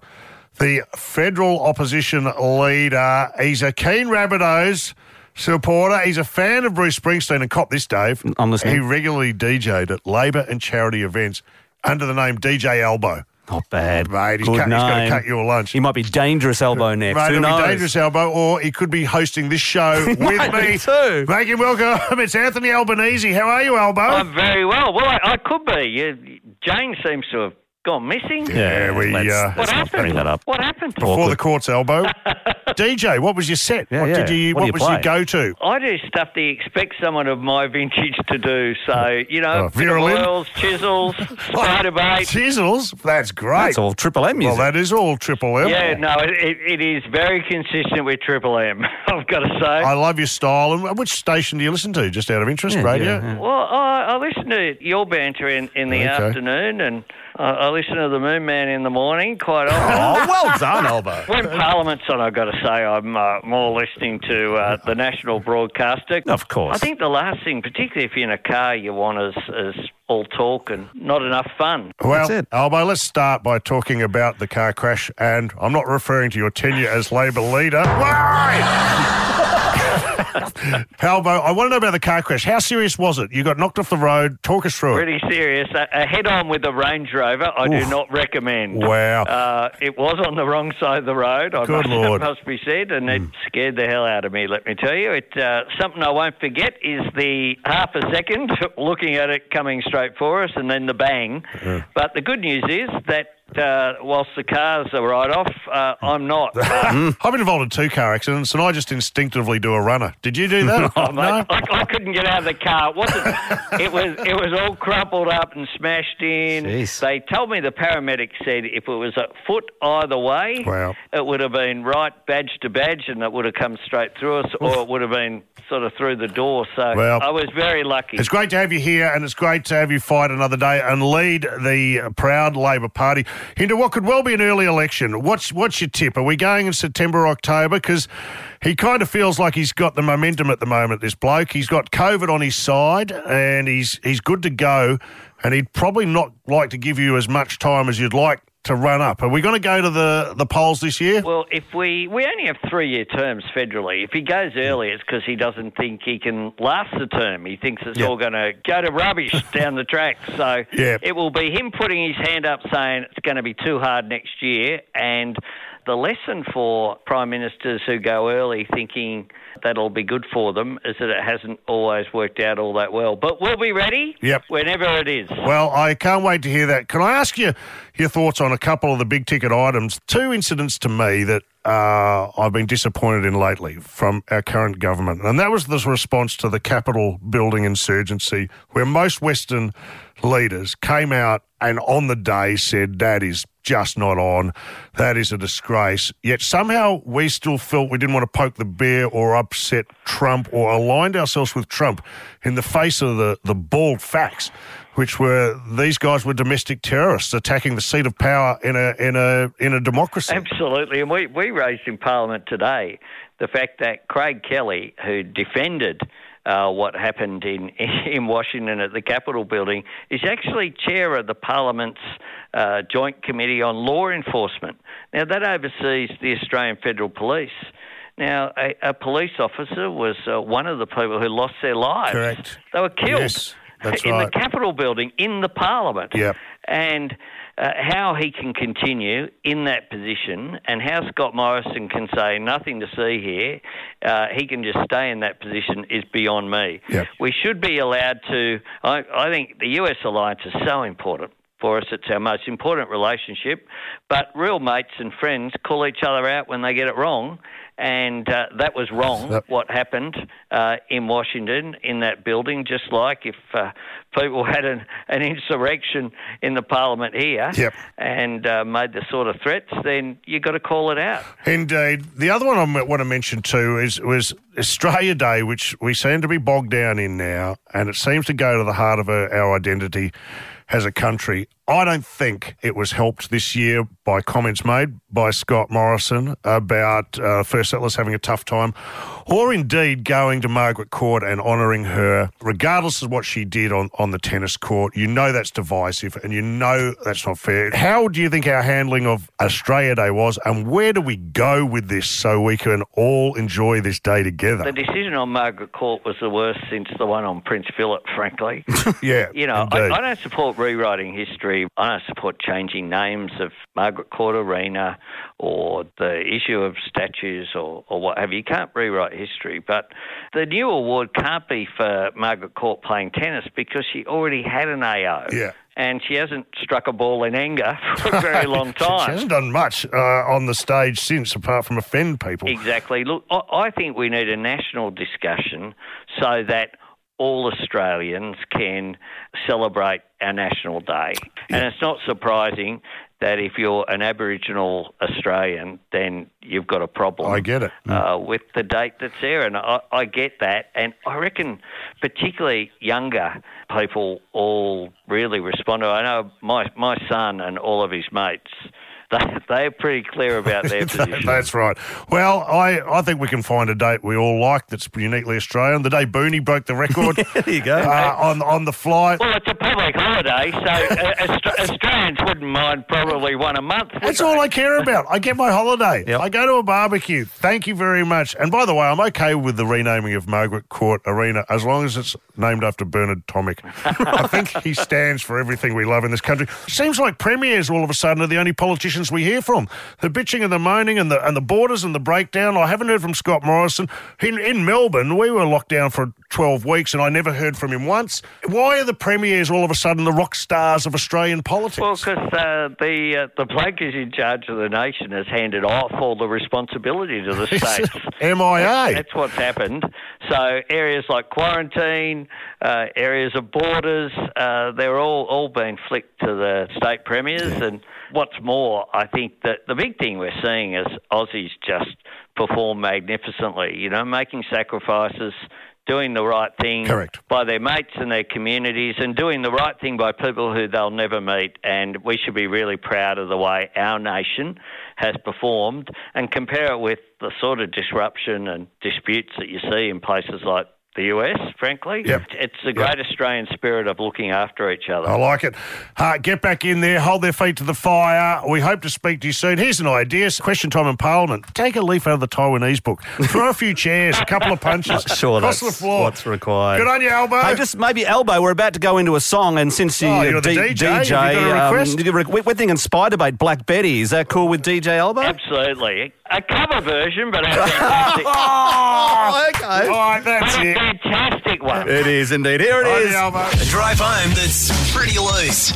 Speaker 2: the federal opposition leader. He's a keen Rabbitohs supporter. He's a fan of Bruce Springsteen, and cop this, Dave.
Speaker 3: I'm listening.
Speaker 2: He regularly DJ'd at Labour and charity events under the name DJ Elbow.
Speaker 3: Not bad.
Speaker 2: Mate, he's,
Speaker 3: Good
Speaker 2: cut, he's going to
Speaker 3: name.
Speaker 2: cut your lunch.
Speaker 3: He might be dangerous elbow next.
Speaker 2: Mate,
Speaker 3: Who
Speaker 2: it'll
Speaker 3: knows?
Speaker 2: be dangerous, Elbow, or he could be hosting this show with
Speaker 3: might be
Speaker 2: me.
Speaker 3: too.
Speaker 2: Make him welcome. It's Anthony Albanese. How are you, Elbow?
Speaker 17: I'm very well. Well, I, I could be. You, Jane seems to have gone missing.
Speaker 2: yeah, we
Speaker 3: let's-
Speaker 2: uh,
Speaker 17: What
Speaker 3: let's not
Speaker 17: happened?
Speaker 3: Bring that up.
Speaker 17: What happened?
Speaker 2: before the court's elbow. DJ, what was your set?
Speaker 3: Yeah,
Speaker 2: what
Speaker 3: yeah.
Speaker 2: did you?
Speaker 3: What do you
Speaker 2: What, was your
Speaker 3: play?
Speaker 2: go-to?
Speaker 17: I do stuff that you expect someone of my vintage to do. So, you know,
Speaker 2: Oh, Vera Lynn?
Speaker 17: oils, chisels, spider bait.
Speaker 2: Chisels. That's great.
Speaker 3: That's all Triple M
Speaker 2: well,
Speaker 3: music.
Speaker 2: that is all Triple M.
Speaker 17: Yeah, no, it, it, it is very consistent with Triple M, I've got to say.
Speaker 2: I love your style. And which station do you listen to? Just out of interest,
Speaker 3: Yeah,
Speaker 2: radio.
Speaker 3: yeah, yeah.
Speaker 17: Well, I, I listen to your banter in, in the
Speaker 2: Okay.
Speaker 17: afternoon, and I, I listen to the Moon Man in the morning quite often.
Speaker 3: oh, well done, elbow.
Speaker 17: When Parliament's on, I've got to say I'm uh, more listening to uh, the national broadcaster.
Speaker 3: Of course.
Speaker 17: I think the last thing, particularly if you're in a car, you want is, is all talk and not enough fun.
Speaker 2: Well,
Speaker 3: That's it.
Speaker 2: Albo, let's start by talking about the car crash, and I'm not referring to your tenure as Labor leader. Why? Albo, I want to know about the car crash. How serious was it? You got knocked off the road. Talk us through it.
Speaker 17: Pretty serious. A, a head-on with a Range Rover, I do not recommend.
Speaker 2: Wow.
Speaker 17: Uh, it was on the wrong side of the road. I
Speaker 2: Good
Speaker 17: must,
Speaker 2: Lord. Hmm.
Speaker 17: must be said, and it scared the hell out of me. Let me tell you, it uh, something I won't forget is the half a second looking at it coming straight for us, and then the bang.
Speaker 2: Uh-huh.
Speaker 17: But the good news is that. Uh, whilst the cars are right off, uh, I'm not. Uh,
Speaker 2: I've been involved in two car accidents, and I just instinctively do a runner. Did you do that?
Speaker 17: Oh, mate, I, I couldn't get out of the car. It, wasn't, it was it was all crumpled up and smashed in.
Speaker 3: Jeez.
Speaker 17: They told me the paramedic said if it was a foot either way,
Speaker 2: Wow.
Speaker 17: it would have been right badge to badge, and it would have come straight through us, or it would have been sort of through the door. So
Speaker 2: Well,
Speaker 17: I was very lucky.
Speaker 2: It's great to have you here, and it's great to have you fight another day and lead the proud Labor Party into what could well be an early election. What's what's your tip? Are we going in September or October? Because he kind of feels like he's got the momentum at the moment. This bloke, he's got COVID on his side, and he's he's good to go, and he'd probably not like to give you as much time as you'd like to run up. Are we going to go to the the polls this year?
Speaker 17: Well, if we we only have three year terms federally. If he goes
Speaker 2: Hmm.
Speaker 17: early, it's because he doesn't think he can last the term. He thinks it's all going to go to rubbish down the track. So
Speaker 2: Yeah.
Speaker 17: it will be him putting his hand up, saying it's going to be too hard next year. And the lesson for prime ministers who go early, thinking that'll be good for them, is that it hasn't always worked out all that well. But we'll be ready.
Speaker 2: Yep.
Speaker 17: Whenever it is.
Speaker 2: Well, I can't wait to hear that. Can I ask you your thoughts on a couple of the big ticket items? Two incidents to me that uh, I've been disappointed in lately from our current government, and that was this response to the Capitol building insurgency, where most Western leaders came out and on the day said that is just not on, that is a disgrace. Yet somehow we still felt we didn't want to poke the bear or upset Trump or aligned ourselves with Trump in the face of the, the bald facts which were these guys were domestic terrorists attacking the seat of power in a in a in a democracy.
Speaker 17: Absolutely. And we, we raised in Parliament today the fact that Craig Kelly, who defended uh, what happened in, in Washington at the Capitol building, is actually chair of the Parliament's uh, Joint Committee on Law Enforcement. Now, that oversees the Australian Federal Police. Now, a, a police officer was uh, one of the people who lost their lives.
Speaker 2: Correct.
Speaker 17: They were killed
Speaker 2: Yes, that's
Speaker 17: in
Speaker 2: right.
Speaker 17: the Capitol building, in the Parliament
Speaker 2: Yep.
Speaker 17: and uh, how he can continue in that position, and how Scott Morrison can say nothing to see here, uh, he can just stay in that position is beyond me.
Speaker 2: Yep.
Speaker 17: We should be allowed to. I, I think the US alliance is so important. for us. It's our most important relationship. But real mates and friends call each other out when they get it wrong. And uh, that was wrong, what happened uh, in Washington in that building, just like if uh, people had an, an insurrection in the parliament here
Speaker 2: Yep.
Speaker 17: and uh, made the sort of threats, then you've got to call it out.
Speaker 2: Indeed. The other one I want to mention too is was Australia Day, which we seem to be bogged down in now, and it seems to go to the heart of our, our identity as a country. I don't think it was helped this year by comments made by Scott Morrison about uh, First Settlers having a tough time, or indeed going to Margaret Court and honouring her, regardless of what she did on, on the tennis court. You know that's divisive and you know that's not fair. How do you think our handling of Australia Day was, and where do we go with this so we can all enjoy this day together?
Speaker 17: The decision on Margaret Court was the worst since the one on Prince Philip, frankly.
Speaker 2: yeah.
Speaker 17: You know, I,
Speaker 2: indeed.
Speaker 17: I don't support rewriting history. I don't support changing names of Margaret Court Arena or the issue of statues or, or what have you. You can't rewrite history. But the new award can't be for Margaret Court playing tennis because she already had an AO.
Speaker 2: Yeah.
Speaker 17: And she hasn't struck a ball in anger for a very long
Speaker 2: She
Speaker 17: time.
Speaker 2: hasn't done much uh, on the stage since, apart from offend people.
Speaker 17: Exactly. Look, I, I think we need a national discussion so that all Australians can celebrate our national day. And it's not surprising that if you're an Aboriginal Australian, then you've got a problem.
Speaker 2: I get it.
Speaker 17: Uh, with the date that's there, and I, I get that. And I reckon, particularly younger people, all really respond to. it. I know my my son and all of his mates. They, they're pretty clear about their position.
Speaker 2: That's right. Well, I, I think we can find a date we all like that's uniquely Australian. The day Booney broke the record. there you go. Uh, on on the flight.
Speaker 17: Well, it's a public holiday, so uh, Aust- Australians wouldn't mind probably one a month. would
Speaker 2: That's all I care about. I get my holiday. I go to a barbecue. Thank you very much. And by the way, I'm okay with the renaming of Margaret Court Arena as long as it's named after Bernard Tomic. I think he stands for everything we love in this country. Seems like premiers all of a sudden are the only politicians we hear from. The bitching and the moaning and the and the borders and the breakdown. I haven't heard from Scott Morrison. In in Melbourne, we were locked down for 12 weeks and I never heard from him once. Why are the premiers all of a sudden the rock stars of Australian politics?
Speaker 17: Well, because uh, the uh, the bloke who's in charge of the nation has handed off all the responsibility to the
Speaker 2: uh,
Speaker 17: states.
Speaker 2: MIA.
Speaker 17: That's what's happened. So areas like quarantine, uh, areas of borders, uh, they're all all being flicked to the state premiers. And what's more, I think that the big thing we're seeing is Aussies just perform magnificently. You know, making sacrifices. Doing the right thing by their mates and their communities, and doing the right thing by people who they'll never meet. And we should be really proud of the way our nation has performed and compare it with the sort of disruption and disputes that you see in places like the US, frankly. It's the great Australian spirit of looking after each other.
Speaker 2: I like it. Uh, get back in there, hold their feet to the fire. We hope to speak to you soon. Here's an idea question time in Parliament. Take a leaf out of the Taiwanese book, throw a few chairs, a couple of punches,
Speaker 3: Sure,
Speaker 2: across
Speaker 3: that's
Speaker 2: the floor.
Speaker 3: what's required.
Speaker 2: Good on you, Elbow.
Speaker 3: Hey, just maybe Elbow. We're about to go into a song, and since you, uh,
Speaker 2: Oh, you're the
Speaker 3: D-
Speaker 2: DJ, have you got a
Speaker 3: um,
Speaker 2: request?
Speaker 3: you re- we're thinking Spy Debate, Black Betty. Is that cool with DJ Elbow?
Speaker 17: Absolutely. A cover version, but a
Speaker 3: Oh, okay.
Speaker 2: All right, that's it.
Speaker 17: fantastic one.
Speaker 3: It is indeed. Here it is.
Speaker 1: A drive home that's pretty loose.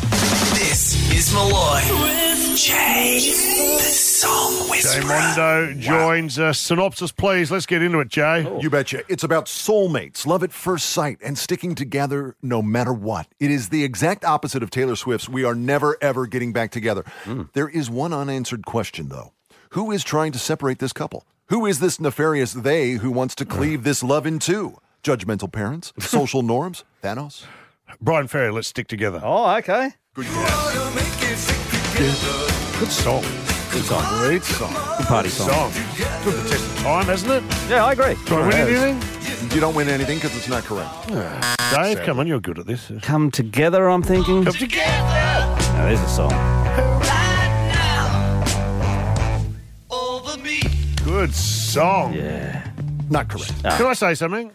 Speaker 1: This is Malloy. With Jay, the song
Speaker 2: Jay
Speaker 1: whisperer.
Speaker 2: Mondo joins us. Synopsis, please. Let's get into it, Jay.
Speaker 5: You betcha. It's about soulmates, love at first sight, and sticking together no matter what. It is the exact opposite of Taylor Swift's We Are Never Ever Getting Back Together.
Speaker 3: Hmm.
Speaker 5: There is one unanswered question, though Who is trying to separate this couple? Who is this nefarious they who wants to cleave this love in two? Judgmental parents, social norms, Thanos?
Speaker 2: Brian Ferry, let's stick together.
Speaker 3: Oh, okay.
Speaker 2: Good song. Good song. Great song.
Speaker 3: Good party
Speaker 2: Good
Speaker 3: song.
Speaker 2: Took the test of time, hasn't it?
Speaker 3: Yeah, I agree.
Speaker 2: Do I win anything?
Speaker 5: You don't win anything because it's not correct.
Speaker 2: Dave, come on, you're good at this.
Speaker 3: Come together, I'm thinking.
Speaker 2: Come together.
Speaker 3: Now, there's a song.
Speaker 2: Good song.
Speaker 3: Yeah. Ah.
Speaker 5: Not correct.
Speaker 2: Can I say something?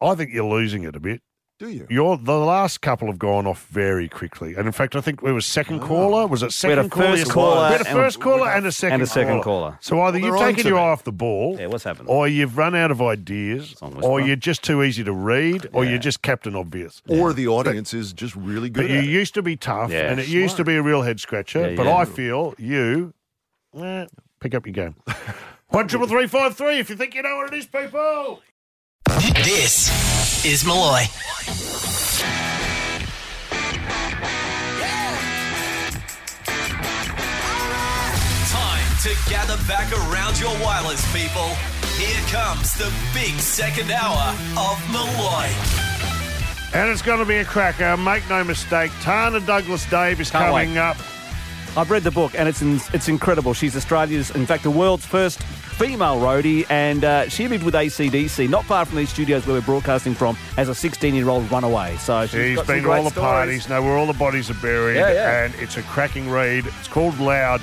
Speaker 2: I think you're losing it a bit.
Speaker 5: Do you?
Speaker 2: You're the last couple have gone off very quickly, and in fact, I think it was
Speaker 5: Ah.
Speaker 2: second caller. Was
Speaker 3: We
Speaker 2: it
Speaker 3: had
Speaker 2: second
Speaker 3: a
Speaker 2: caller?
Speaker 3: first
Speaker 2: Yes,
Speaker 3: caller
Speaker 2: We had a
Speaker 3: and-
Speaker 2: first caller and a second
Speaker 3: and a second caller.
Speaker 2: So either
Speaker 3: Well,
Speaker 2: you've
Speaker 3: they're on
Speaker 2: taken
Speaker 3: to
Speaker 2: your
Speaker 3: me.
Speaker 2: eye off the ball,
Speaker 3: Yeah, what's happened?
Speaker 2: or you've run out of ideas,
Speaker 3: always
Speaker 2: or
Speaker 3: fun.
Speaker 2: you're just too easy to read, or you're just Captain Obvious.
Speaker 5: Or the audience is just really good.
Speaker 2: But you
Speaker 5: at it.
Speaker 2: used to be tough,
Speaker 3: Yeah.
Speaker 2: and it used to be a real head scratcher.
Speaker 3: Yeah,
Speaker 2: but
Speaker 3: yeah.
Speaker 2: I feel you eh, pick up your game. One triple three five three. If you think you know what it is, people.
Speaker 1: This is Malloy. Time to gather back around your wireless, people. Here comes the big second hour of Malloy.
Speaker 2: And it's going to be a cracker. Make no mistake. Tana Douglas Dave is
Speaker 3: Can't
Speaker 2: coming
Speaker 3: wait.
Speaker 2: up.
Speaker 3: I've read the book and it's in, it's incredible. She's Australia's, in fact, the world's first female roadie, and uh, she lived with ACDC, not far from these studios where we're broadcasting from, as a 16 year old runaway. So she's
Speaker 2: He's
Speaker 3: got some
Speaker 2: been to
Speaker 3: great
Speaker 2: all the
Speaker 3: stories.
Speaker 2: parties, know where all the bodies are buried,
Speaker 3: Yeah, yeah.
Speaker 2: and it's a cracking read. It's called Loud,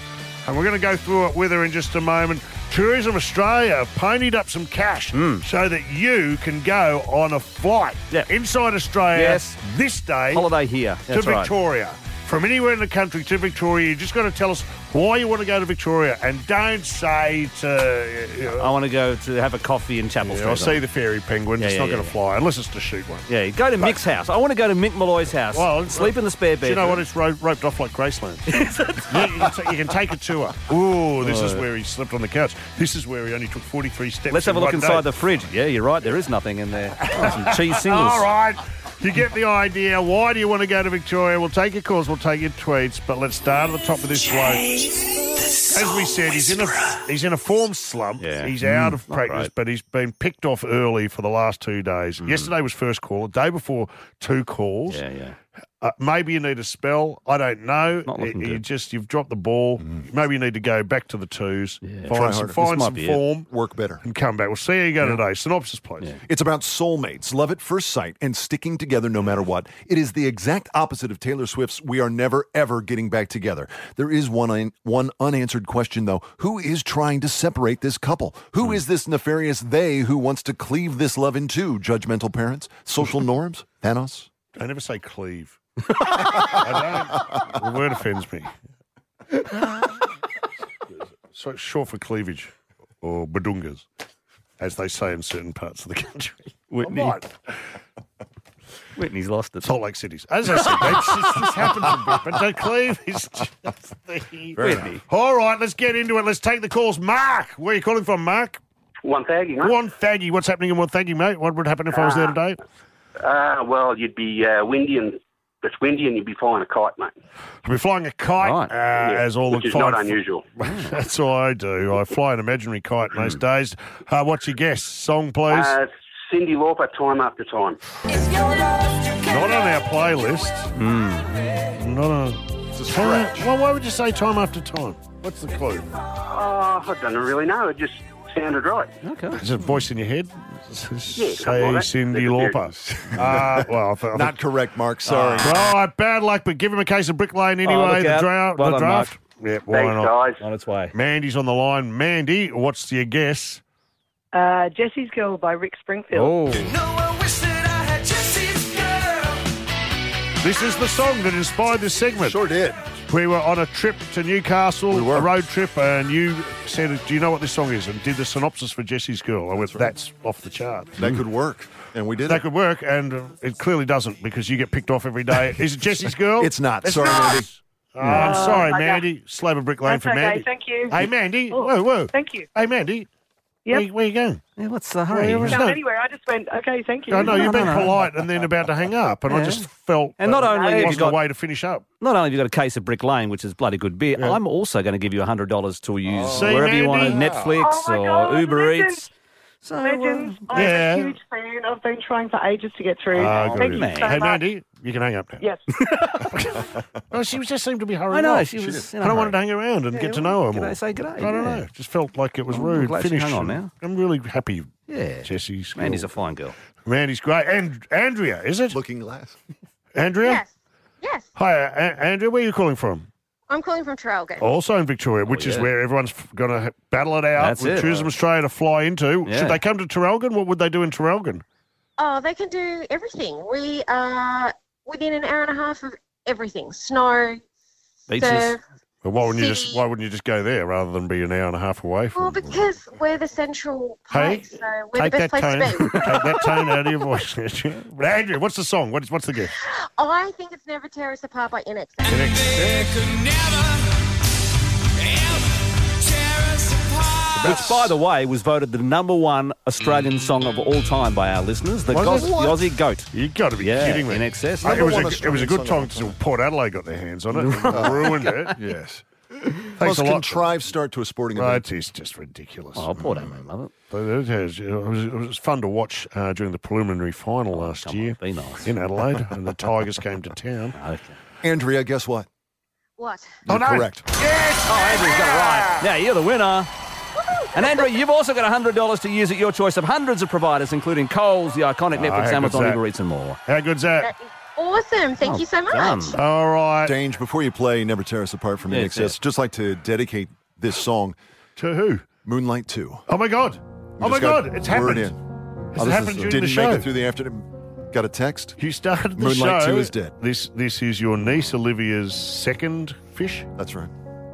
Speaker 2: and we're going to go through it with her in just a moment. Tourism Australia have ponied up some cash
Speaker 3: Hmm.
Speaker 2: so that you can go on a flight inside Australia
Speaker 3: Yes.
Speaker 2: Uh, this day
Speaker 3: Holiday here.
Speaker 2: to
Speaker 3: That's right.
Speaker 2: Victoria. From anywhere in the country to Victoria, you just got to tell us why you want to go to Victoria, and don't say to. You know,
Speaker 3: I want to go to have a coffee in Chapel
Speaker 2: yeah,
Speaker 3: Street.
Speaker 2: I'll see the fairy penguin.
Speaker 3: Yeah,
Speaker 2: it's
Speaker 3: yeah,
Speaker 2: not
Speaker 3: yeah,
Speaker 2: going to
Speaker 3: yeah.
Speaker 2: fly unless it's to shoot one.
Speaker 3: Yeah, go to Mick's house. I want to go to Mick Malloy's house.
Speaker 2: Well, it's-
Speaker 3: sleep in the spare bed.
Speaker 2: Do you know what? It's ro- roped off like Graceland. you, you can ta- you can take a tour. Ooh, this is
Speaker 3: Oh.
Speaker 2: where he slept on the couch. This is where he only took 43 steps.
Speaker 3: Let's have a
Speaker 2: in
Speaker 3: look
Speaker 2: one
Speaker 3: inside
Speaker 2: day.
Speaker 3: the fridge. Yeah, you're right. There is nothing in there. Oh, some cheese singles.
Speaker 2: All right. You get the idea. Why do you want to go to Victoria? We'll take your calls, we'll take your tweets, but let's start at the top of this
Speaker 1: Jay,
Speaker 2: bloke. As we said, he's in a he's in a form slump. He's
Speaker 3: Mm,
Speaker 2: out of
Speaker 3: not
Speaker 2: practice,
Speaker 3: great. Mm.
Speaker 2: but he's been picked off early for the last two days. Yesterday was first call. The day before, two calls.
Speaker 3: Yeah, yeah.
Speaker 2: Uh, maybe you need a spell. I don't know.
Speaker 3: Not looking
Speaker 2: you, you
Speaker 3: good. Mm.
Speaker 2: just you've dropped the ball. Maybe you need to go back to the twos.
Speaker 5: Try
Speaker 2: Find some,
Speaker 5: harder.
Speaker 2: find
Speaker 5: This might
Speaker 2: some
Speaker 5: be it.
Speaker 2: form
Speaker 5: Work better.
Speaker 2: and come back. We'll see how you go today. Synopsis, please.
Speaker 5: It's about soulmates, love at first sight, and sticking together no matter what. It is the exact opposite of Taylor Swift's "We Are Never Ever Getting Back Together." There is one un- one unanswered question though: Who is trying to separate this couple?
Speaker 2: Hmm.
Speaker 5: Who is this nefarious they who wants to cleave this love in two? Judgmental parents, social norms, Thanos.
Speaker 2: I never say cleave. I don't. The word offends me. So it's short for cleavage or badungas, as they say in certain parts of the country.
Speaker 3: Whitney.
Speaker 2: I might.
Speaker 3: Whitney's lost it.
Speaker 2: Salt Lake Cities. As I said, that's just, this happens a bit, but to cleave is just the.
Speaker 3: Fair enough.
Speaker 2: All right, let's get into it. Let's take the calls. Mark, where are you calling from, Mark?
Speaker 18: One thing, huh?
Speaker 2: One thangy. What's happening in one thangy, mate? What would happen if I was there today?
Speaker 18: Ah, well, you'd be uh, windy and it's windy and you'd be flying a kite, mate.
Speaker 2: I'll be flying a kite, uh, as all
Speaker 18: which
Speaker 2: the
Speaker 18: is
Speaker 2: fine
Speaker 18: not unusual.
Speaker 2: That's all I do. I fly an imaginary kite most days. Uh, what's your guess? Song, please.
Speaker 18: Uh, Cindy Lauper, time after time.
Speaker 2: Not on our playlist. Not on. It's a
Speaker 18: stretch.
Speaker 2: Well, why would you say time after time? What's the clue?
Speaker 18: Oh, I don't really know. It just sounded right.
Speaker 3: Okay.
Speaker 2: Is it a voice in your head?
Speaker 18: something like
Speaker 2: Say
Speaker 18: that.
Speaker 2: Cindy
Speaker 18: Legendary.
Speaker 2: Lauper. Uh, well, I th- I
Speaker 5: Not correct, Mark. Ah, Sorry.
Speaker 2: Well, all right, bad luck, but give him a case of Brick Lane anyway.
Speaker 3: Oh, look
Speaker 2: the,
Speaker 3: out.
Speaker 2: dra-
Speaker 3: Well
Speaker 2: the
Speaker 3: done,
Speaker 2: draft.
Speaker 3: Mark.
Speaker 2: Yeah, why
Speaker 18: Thanks,
Speaker 2: not?
Speaker 18: guys.
Speaker 3: On its way.
Speaker 2: Mandy's on the line. Mandy, what's your guess?
Speaker 19: Uh, Jesse's Girl by Rick Springfield.
Speaker 3: Oh.
Speaker 2: This is the song that inspired this segment.
Speaker 5: Sure did.
Speaker 2: We were on a trip to Newcastle, a road trip, and you said, Do you know what this song is? And did the synopsis for Jesse's Girl. I went, That's off the chart.
Speaker 5: That could work, and we did.
Speaker 2: That
Speaker 5: it.
Speaker 2: could work, and uh, it clearly doesn't because you get picked off every day. Is it Jesse's Girl?
Speaker 5: It's not. Sorry, Mandy.
Speaker 2: Oh, I'm
Speaker 19: Oh,
Speaker 2: sorry,
Speaker 19: okay.
Speaker 2: Mandy. Slab a brick lane
Speaker 19: That's
Speaker 2: for
Speaker 19: okay.
Speaker 2: Mandy.
Speaker 19: Thank you. Oh,
Speaker 2: Hey, Mandy. Whoa, whoa.
Speaker 19: Thank you.
Speaker 2: Hey, Mandy.
Speaker 19: Yep.
Speaker 2: Where, where you going?
Speaker 3: Yeah, what's the
Speaker 2: Well,
Speaker 3: hurry?
Speaker 2: there was
Speaker 19: Now,
Speaker 2: no-
Speaker 19: anywhere, I just went, okay, thank you.
Speaker 2: I know Oh, you've been
Speaker 3: no, no.
Speaker 2: polite and then about to hang up, and I
Speaker 3: Yeah.
Speaker 2: just felt
Speaker 3: And not
Speaker 2: that
Speaker 3: only have
Speaker 2: it
Speaker 3: you
Speaker 2: wasn't
Speaker 3: got-
Speaker 2: a way to finish up.
Speaker 3: Not only have you got a case of Brick Lane, which is bloody good beer, I'm also going to give you $100 to use
Speaker 2: See,
Speaker 3: Oh, wherever you want,
Speaker 2: Mandy?
Speaker 3: Netflix
Speaker 19: Oh, my
Speaker 3: or
Speaker 19: God,
Speaker 3: Uber
Speaker 19: legend.
Speaker 3: Eats. So, uh,
Speaker 19: Legends. I'm
Speaker 2: yeah.
Speaker 19: a huge fan. I've been trying for ages to get through.
Speaker 2: Ah, good.
Speaker 19: Thank you so
Speaker 2: hey,
Speaker 19: much.
Speaker 2: Mandy, you can hang up now.
Speaker 19: Yes.
Speaker 2: Oh, she was just seemed to be hurrying.
Speaker 3: I know,
Speaker 2: off.
Speaker 3: she was
Speaker 2: did.
Speaker 3: in a
Speaker 2: But I
Speaker 3: hurry.
Speaker 2: wanted to hang around and
Speaker 3: Yeah,
Speaker 2: get to
Speaker 3: well,
Speaker 2: know her
Speaker 3: g'day,
Speaker 2: more.
Speaker 3: say g'day,
Speaker 2: I don't
Speaker 3: yeah.
Speaker 2: know. Just felt like it was
Speaker 3: I'm
Speaker 2: rude.
Speaker 3: glad she
Speaker 2: Finish.
Speaker 3: hung on now.
Speaker 2: I'm really happy.
Speaker 3: Yeah.
Speaker 2: Jesse's. girl.
Speaker 3: Mandy's a fine girl.
Speaker 2: Mandy's great. And Andrea, is it?
Speaker 5: Looking glass.
Speaker 2: Andrea.
Speaker 20: Yes. Yes.
Speaker 2: Hi, A- A- Andrea. Where are you calling from?
Speaker 20: I'm calling from Traralgon.
Speaker 2: Also in Victoria, which is
Speaker 3: Oh, yeah.
Speaker 2: where everyone's going to battle it out
Speaker 3: That's
Speaker 2: with
Speaker 3: it.
Speaker 2: Tourism Australia to fly into.
Speaker 3: Yeah.
Speaker 2: Should they come to Terralgan? What would they do in Terralgan?
Speaker 20: Oh, they can do everything. We are within an hour and a half of everything: snow, surf.
Speaker 2: Well, why wouldn't you just Why wouldn't you just go there rather than be an hour and a half away from?
Speaker 20: Well, because we're the central
Speaker 2: Hey,
Speaker 20: place, so we're
Speaker 2: Take
Speaker 20: the best
Speaker 2: that
Speaker 20: place to
Speaker 2: tone,
Speaker 20: be.
Speaker 2: take that tone out of your voice, Andrea. But Andrea, what's the song? What's what's the guess?
Speaker 20: I think it's "Never Tear Us Apart" by NX.
Speaker 3: Which, by the way, was voted the number one
Speaker 2: Mm.
Speaker 3: Australian song of all time by our listeners. The, Gos- the Aussie Goat.
Speaker 2: You got to be
Speaker 3: yeah,
Speaker 2: kidding me.
Speaker 3: In excess.
Speaker 2: Uh, it was a, it was a good song until Port Adelaide got their hands on it, and ruined it.
Speaker 5: Yes.
Speaker 2: Thanks
Speaker 5: Most
Speaker 2: a lot.
Speaker 5: contrived start to a sporting
Speaker 2: Right,
Speaker 5: event.
Speaker 2: it's just ridiculous.
Speaker 3: Oh, Port Adelaide, love it.
Speaker 2: But It was, it was- it was fun to watch uh, during the preliminary final
Speaker 3: Oh,
Speaker 2: last year in Adelaide, and the Tigers came to town. Oh,
Speaker 5: Andrea, guess what?
Speaker 20: What?
Speaker 5: You're correct.
Speaker 3: Yes! Oh, Andrew's got it right. Now you're the winner. And Andrew, you've also got $100 to use at your choice of hundreds of providers, including Coles, the iconic
Speaker 2: Ah, how
Speaker 3: Netflix,
Speaker 2: good's
Speaker 3: Amazon,
Speaker 2: that?
Speaker 3: Uber Eats, and more.
Speaker 2: How good's that?
Speaker 20: Awesome!
Speaker 5: Oh,
Speaker 20: Thank you so
Speaker 3: Oh,
Speaker 20: much.
Speaker 2: All right.
Speaker 5: Dange, before you play Never Tear Us Apart from
Speaker 2: Yeah,
Speaker 5: NXS,
Speaker 2: it's
Speaker 5: just like to dedicate this song
Speaker 2: to who?
Speaker 5: Moonlight 2.
Speaker 2: Oh, my God. Oh, my God. It's
Speaker 5: word
Speaker 2: happened.
Speaker 5: in. Oh,
Speaker 2: It's
Speaker 5: this
Speaker 2: happened
Speaker 5: is-
Speaker 2: during
Speaker 5: Didn't
Speaker 2: the
Speaker 5: make
Speaker 2: show.
Speaker 5: it through the afternoon. Got a text.
Speaker 2: You started the
Speaker 5: Moonlight
Speaker 2: show.
Speaker 5: 2 is dead.
Speaker 2: This this is your niece Olivia's second fish.
Speaker 5: That's right.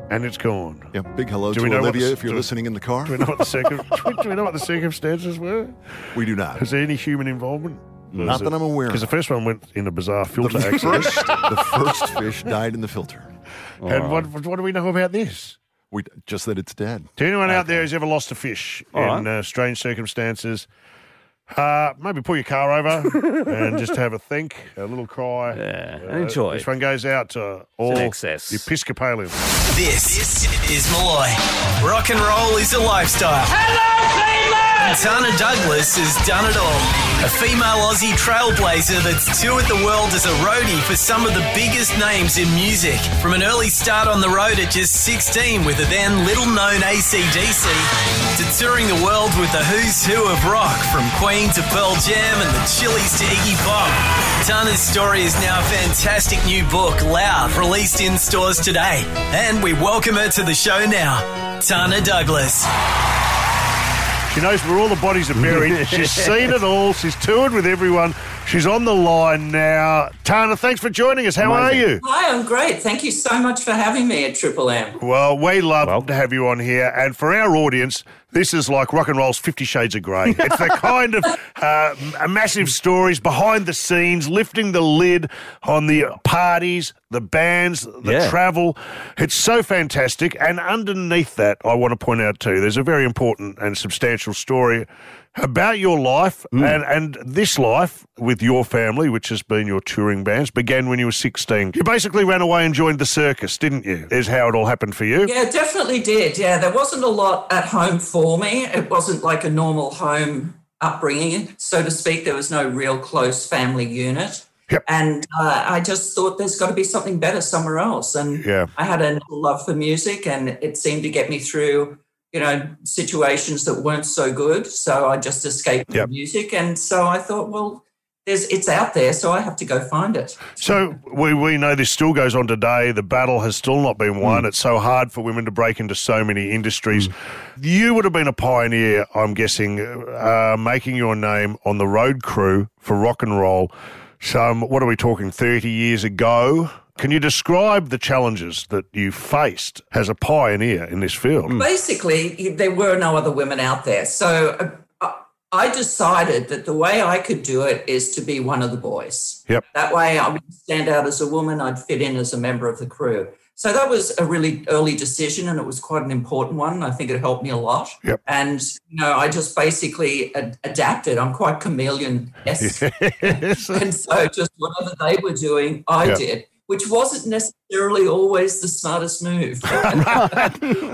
Speaker 2: And it's gone.
Speaker 5: Yeah, big hello
Speaker 2: Do
Speaker 5: to
Speaker 2: we know what
Speaker 5: Olivia
Speaker 2: the-
Speaker 5: if you're
Speaker 2: do-
Speaker 5: listening in the car.
Speaker 2: Do we know what the circum- do, we, do we know what the circumstances were?
Speaker 5: We do not.
Speaker 2: Is there any human involvement?
Speaker 5: Not that I'm aware of.
Speaker 2: Because the first one went in a bizarre filter
Speaker 5: The
Speaker 2: accident.
Speaker 5: first, the first fish died in the filter.
Speaker 2: and what what do we know about this?
Speaker 5: We just that it's dead.
Speaker 2: To anyone out there who's ever lost a fish
Speaker 5: All
Speaker 2: in uh, strange circumstances, uh, maybe pull your car over and just have a think, a little cry. Yeah,
Speaker 3: and enjoy.
Speaker 2: This one goes out to all
Speaker 3: in excess.
Speaker 2: Episcopalians.
Speaker 1: This is Malloy. Rock and roll is a lifestyle. Hello, Cleveland! Tana Douglas has done it all. A female Aussie trailblazer that's toured the world as a roadie for some of the biggest names in music. From an early start on the road at just 16 with a then little known ACDC, to touring the world with the who's who of rock, from Queen to Pearl Jam and the Chili's to Iggy Pop. Tana's story is now a fantastic new book, Loud, released in stores today. And we welcome her to the show now, Tana Douglas.
Speaker 2: She knows where all the bodies are buried. She's seen it all. She's toured with everyone. She's on the line now. Tana, thanks for joining us. How are you?
Speaker 21: Hi, I'm great. Thank you so much for having me at Triple M.
Speaker 2: Well, we love to have you on here. And for our audience, this is like rock and roll's Fifty Shades of Grey. It's the kind of uh, m- massive stories behind the scenes, lifting the lid on the parties, the bands, the
Speaker 3: Yeah.
Speaker 2: travel. It's so fantastic. And underneath that, I want to point out too, there's a very important and substantial story about your life and, and this life with your family, which has been your touring bands, began when you were 16. You basically ran away and joined the circus, didn't you? Is how it all happened for you.
Speaker 21: Yeah, definitely did. Yeah, there wasn't a lot at home for me. It wasn't like a normal home upbringing, so to speak. There was no real close family unit. And uh, I just thought there's got to be something better somewhere else. And
Speaker 2: Yeah.
Speaker 21: I had a love for music, and it seemed to get me through, you know, situations that weren't so good. So I just escaped
Speaker 2: Yep.
Speaker 21: the music, and so I thought, well, there's it's out there, so I have to go find it.
Speaker 2: So we, we know this still goes on today. The battle has still not been won. It's so hard for women to break into so many industries. You would have been a pioneer, I'm guessing, uh, making your name on the road crew for rock and roll. Some, what are we talking, 30 years ago? Can you describe the challenges that you faced as a pioneer in this field?
Speaker 21: Hmm. Basically, there were no other women out there. So uh, I- I decided that the way I could do it is to be one of the boys.
Speaker 2: Yep.
Speaker 21: That way I would stand out as a woman, I'd fit in as a member of the crew. So that was a really early decision and it was quite an important one. I think it helped me a lot.
Speaker 2: Yep.
Speaker 21: And, you know, I just basically ad- adapted. I'm quite chameleon esque. and so just whatever they were doing, I
Speaker 2: Yeah.
Speaker 21: did, which wasn't necessarily always the smartest move.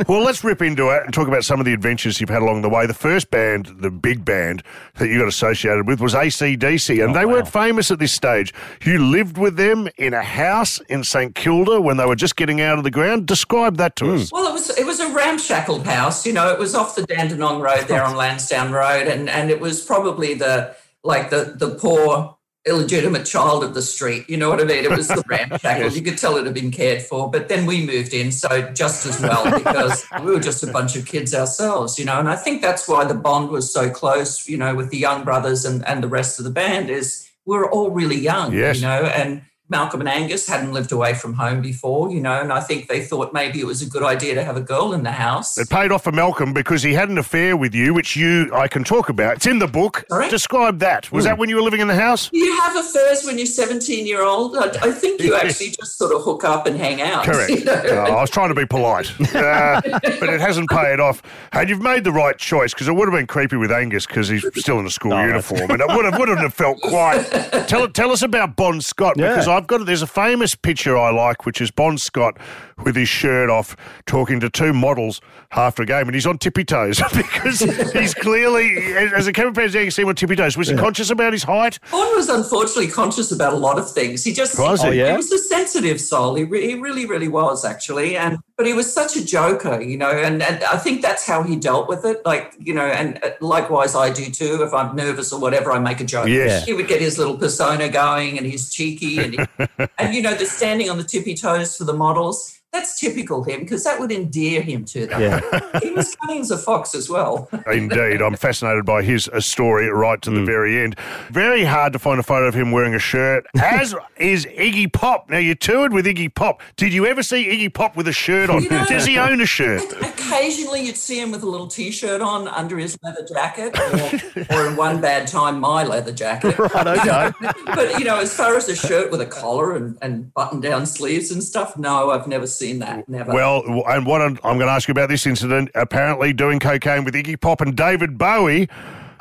Speaker 2: well, let's rip into it and talk about some of the adventures you've had along the way. The first band, the big band that you got associated with was ACDC, and they weren't famous at this stage. You lived with them in a house in St Kilda when they were just getting out of the ground. Describe that to us.
Speaker 21: Well, it was it was a ramshackle house. You know, it was off the Dandenong Road there on Lansdowne Road, and and it was probably the like the the poor illegitimate child of the street. You know what I mean? It was the ramshackle.
Speaker 4: Yes.
Speaker 21: You could tell it had been cared for. But then we moved in, so just as well because we were just a bunch of kids ourselves, you know. And I think that's why the bond was so close, you know, with the young brothers and, and the rest of the band is we were all really young,
Speaker 2: Yes.
Speaker 21: you know, and Malcolm and Angus hadn't lived away from home before, you know, and I think they thought maybe it was a good idea to have a girl in the house.
Speaker 2: It paid off for Malcolm because he had an affair with you, which you I can talk about. It's in the book. Describe that. Was that when you were living in the house?
Speaker 21: You have affairs when you're 17 year old. I, I think you actually just sort of hook up and hang out.
Speaker 2: Correct.
Speaker 21: you know?
Speaker 2: Uh, I was trying to be polite, uh, but it hasn't paid off. And you've made the right choice because it would have been creepy with Angus because he's still in a school uniform, and it would have wouldn't have felt quite. Tell tell us about Bon Scott because I've got there's a famous picture I like which is Bon Scott with his shirt off talking to two models after a game, and he's on tippy toes because he's clearly as as a camera pan zooms, you can see him on tippy toes. Was he conscious about his height?
Speaker 21: Vaughn was unfortunately conscious about a lot of things. He just
Speaker 2: Was he?
Speaker 21: he,
Speaker 2: Oh, yeah?
Speaker 21: was a sensitive soul. He, re- he really, really was actually, and but he was such a joker, you know. And, and I think that's how he dealt with it. Like you know, and uh, likewise I do too. If I'm nervous or whatever, I make a joke.
Speaker 22: Yes.
Speaker 21: he would get his little persona going, and he's cheeky, and he, and you know the standing on the tippy toes for the models. That's typical him because that would endear him to them. he was cunning as a fox as well.
Speaker 2: Indeed, I'm fascinated by his uh, story right
Speaker 21: Hmm.
Speaker 2: to the very end. Very hard to find a photo of him wearing a shirt, as is Iggy Pop. Now, you toured with Iggy Pop. Did you ever see Iggy Pop with a shirt on?
Speaker 21: You know-
Speaker 2: Does he own a shirt?
Speaker 21: Occasionally, you'd see him with a little T-shirt on under his leather jacket, or, or in one bad time, my leather jacket. Right,
Speaker 2: okay.
Speaker 21: but you know, as far as a shirt with a collar and, and button-down sleeves and stuff, no, I've never seen that. Never.
Speaker 2: Well, w- and what I'm, I'm going to ask you about this incident apparently doing cocaine with Iggy Pop and David Bowie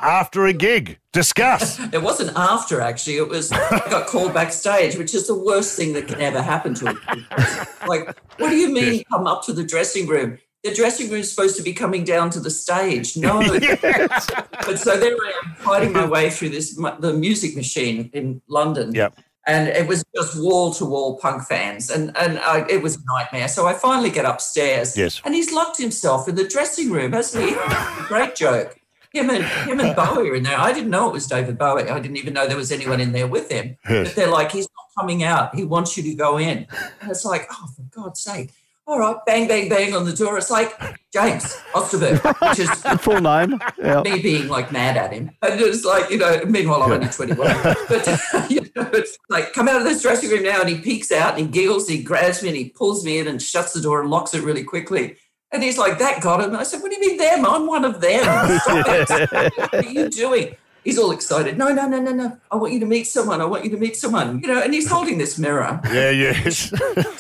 Speaker 2: after a gig. Discuss.
Speaker 21: It wasn't after actually. It was I got called backstage, which is the worst thing that can ever happen to a Like, what do you mean come up to the dressing room? The dressing room's supposed to be coming down to the stage. No. But so there I am fighting my way through this mu- the music machine in London.
Speaker 2: Yep.
Speaker 21: And it was just wall to wall punk fans, and and I, it was a nightmare. So I finally get upstairs,
Speaker 2: Yes.
Speaker 21: and he's locked himself in the dressing room, hasn't he? Great joke. Him and him and Bowie are in there. I didn't know it was David Bowie. I didn't even know there was anyone in there with him.
Speaker 2: Yes.
Speaker 21: But they're like, he's not coming out. He wants you to go in. And it's like, oh, for God's sake. All right, bang, bang, bang on the door. It's like James Osterberg, which is
Speaker 3: Full name. Yeah.
Speaker 21: me being like mad at him. And it's like, you know, meanwhile, I'm only 21. But, uh, you know, it's like, come out of this dressing room now. And he peeks out and he giggles, he grabs me and he pulls me in and shuts the door and locks it really quickly. And he's like, that got him. And I said, what do you mean them? I'm one of them. Stop it. what are you doing? He's all excited. No, no, no, no, no. I want you to meet someone. I want you to meet someone. You know, and he's holding this mirror.
Speaker 2: Yeah, yes.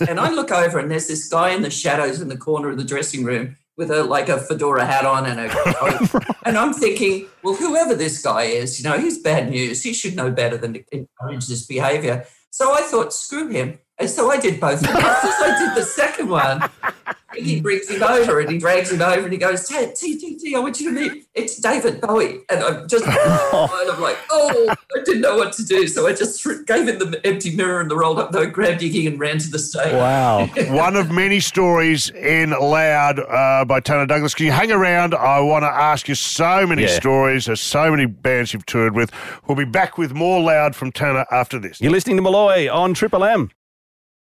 Speaker 21: And I look over and there's this guy in the shadows in the corner of the dressing room with a like a fedora hat on and a coat. and I'm thinking, well, whoever this guy is, you know, he's bad news. He should know better than to encourage this behavior. So I thought, screw him. And so I did both. of them. As soon as I did the second one. And he brings him over and he drags him over and he goes, Hey, T, T, T, I want you to meet. It's David Bowie. And I'm just, and I'm like, oh, I didn't know what to do. So I just threw- gave him the empty mirror and the rolled up note, grabbed Iggy and ran to the stage.
Speaker 2: One of many stories in Loud uh, by Tanner Douglas. Can you hang around? I want to ask you so many
Speaker 3: Yeah.
Speaker 2: stories. There's so many bands you've toured with. We'll be back with more Loud from Tanner after this.
Speaker 3: You're listening to Malloy on Triple M.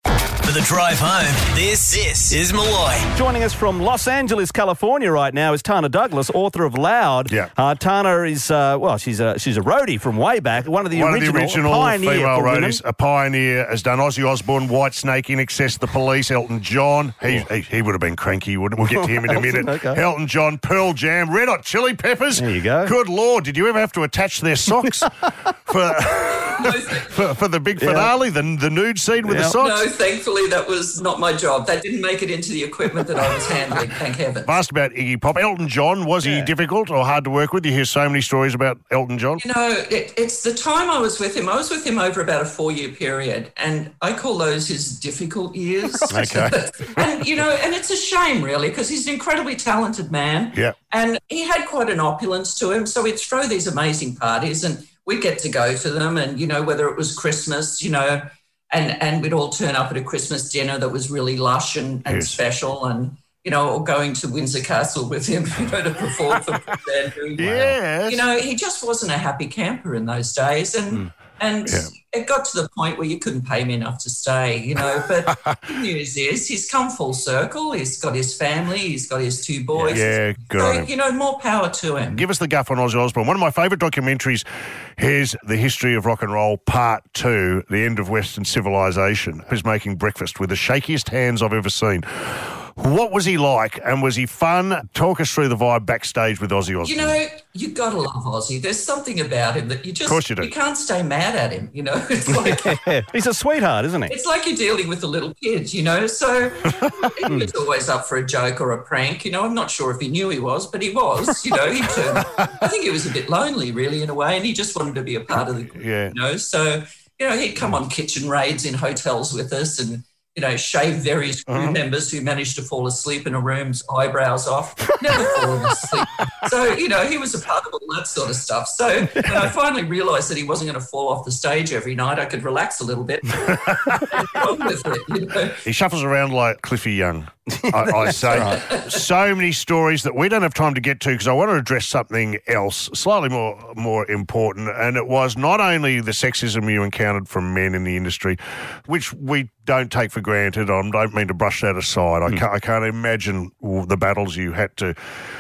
Speaker 1: For the drive home, this, this is Malloy.
Speaker 3: Joining us from Los Angeles, California, right now is Tana Douglas, author of Loud. Yeah. Uh, Tana is uh, well, she's a she's a roadie from way back, one of the
Speaker 2: One
Speaker 3: original,
Speaker 2: of the original
Speaker 3: pioneer
Speaker 2: female
Speaker 3: for women.
Speaker 2: roadies, a pioneer, has done Ozzy Osbourne, White Snake, In Excess, The Police, Elton John. He, he, he would have been cranky, wouldn't We'll get to him in a minute.
Speaker 3: Okay.
Speaker 2: Elton John, Pearl Jam, Red Hot Chili Peppers. There you go. Good Lord, did you ever have to attach their socks for, for, for the big
Speaker 21: Yeah.
Speaker 2: finale, the, the nude scene with the socks?
Speaker 21: No, thankfully that was not my job. That didn't make it into the equipment that I was handling, thank heaven.
Speaker 2: I've asked about Iggy Pop. Elton John, was he difficult or hard to work with? You hear so many stories about Elton John.
Speaker 21: You know, it, it's the time I was with him. I was with him over about a four year period, and I call those his difficult years.
Speaker 2: Okay.
Speaker 21: and, you know, and it's a shame, really, because he's an incredibly talented man.
Speaker 2: Yeah.
Speaker 21: And he had quite an opulence to him. So he'd throw these amazing parties and we'd get to go to them. And, you know, whether it was Christmas, you know, and, and we'd all turn up at a Christmas dinner that was really lush and, and
Speaker 2: Yes.
Speaker 21: special and, you know, or going to Windsor Castle with him, you know, to perform for Prince Andrew.
Speaker 2: Yes. Hmm.
Speaker 21: You know, he just wasn't a happy camper in those days. And And
Speaker 5: Yeah.
Speaker 21: it got to the point where you couldn't pay me enough to stay, you know. But the good news is he's come full circle. He's got his family. He's got his two boys.
Speaker 2: Yeah, good on
Speaker 21: So,
Speaker 2: him.
Speaker 21: you know, more power to him.
Speaker 2: Give us the guff on Ozzy Osbourne. One of my favourite documentaries is The History of Rock and Roll, Part Two The End of Western Civilization. He's making breakfast with the shakiest hands I've ever seen. What was he like and was he fun? Talk us through the vibe backstage with Ozzy Osbourne.
Speaker 21: You know, you gotta love Ozzy. There's something about him that you just
Speaker 2: course you do.
Speaker 21: can't stay mad at him. You know, it's like
Speaker 3: He's a sweetheart, isn't he?
Speaker 21: it's like you're dealing with a little kid. You know, so he was always up for a joke or a prank. You know, I'm not sure if he knew he was, but he was. You know, he turned. I think he was a bit lonely, really, in a way, and he just wanted to be a part of the group.
Speaker 2: Yeah.
Speaker 21: You know, so you know, he'd come on kitchen raids in hotels with us and. You know, shave various crew members who managed to fall asleep in a room's eyebrows off. Never fallen asleep. So, you know, he was a part of all that sort of stuff. So when I finally realised that he wasn't going to fall off the stage every night, I could relax a little bit.
Speaker 2: He shuffles around like Cliffy Young, I, I say. So many stories that we don't have time to get to because I want to address something else, slightly more more important. And it was not only the sexism you encountered from men in the industry, which we don't take for granted. I don't mean to brush that aside. I, can't, I can't imagine the battles you had to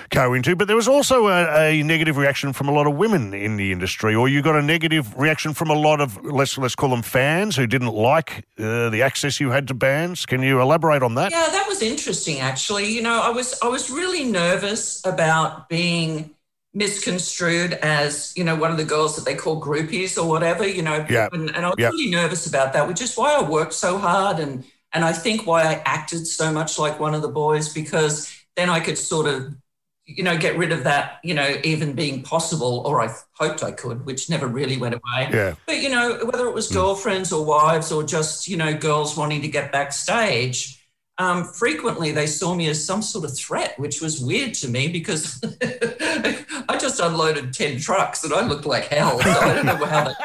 Speaker 2: go into. But there was also a, a negative reaction from a lot of women in the industry, or you got a negative reaction from a lot of let's let's call them fans who didn't like uh, the access you had to bands. Can you elaborate on that?
Speaker 21: Yeah, that was interesting actually. You know, I was I was really nervous about being misconstrued as, you know, one of the girls that they call groupies or whatever, you know.
Speaker 4: Yeah.
Speaker 21: And, and I was
Speaker 4: Yeah.
Speaker 21: really nervous about that, which is why I worked so hard and and I think why I acted so much like one of the boys, because then I could sort of you know, get rid of that, you know, even being possible, or I hoped I could, which never really went away.
Speaker 4: Yeah. Mm.
Speaker 21: But, you know, whether it was girlfriends or wives or just, you know, girls wanting to get backstage, um, frequently they saw me as some sort of threat, which was weird to me because I just unloaded 10 trucks and I looked like hell. So I don't know how that.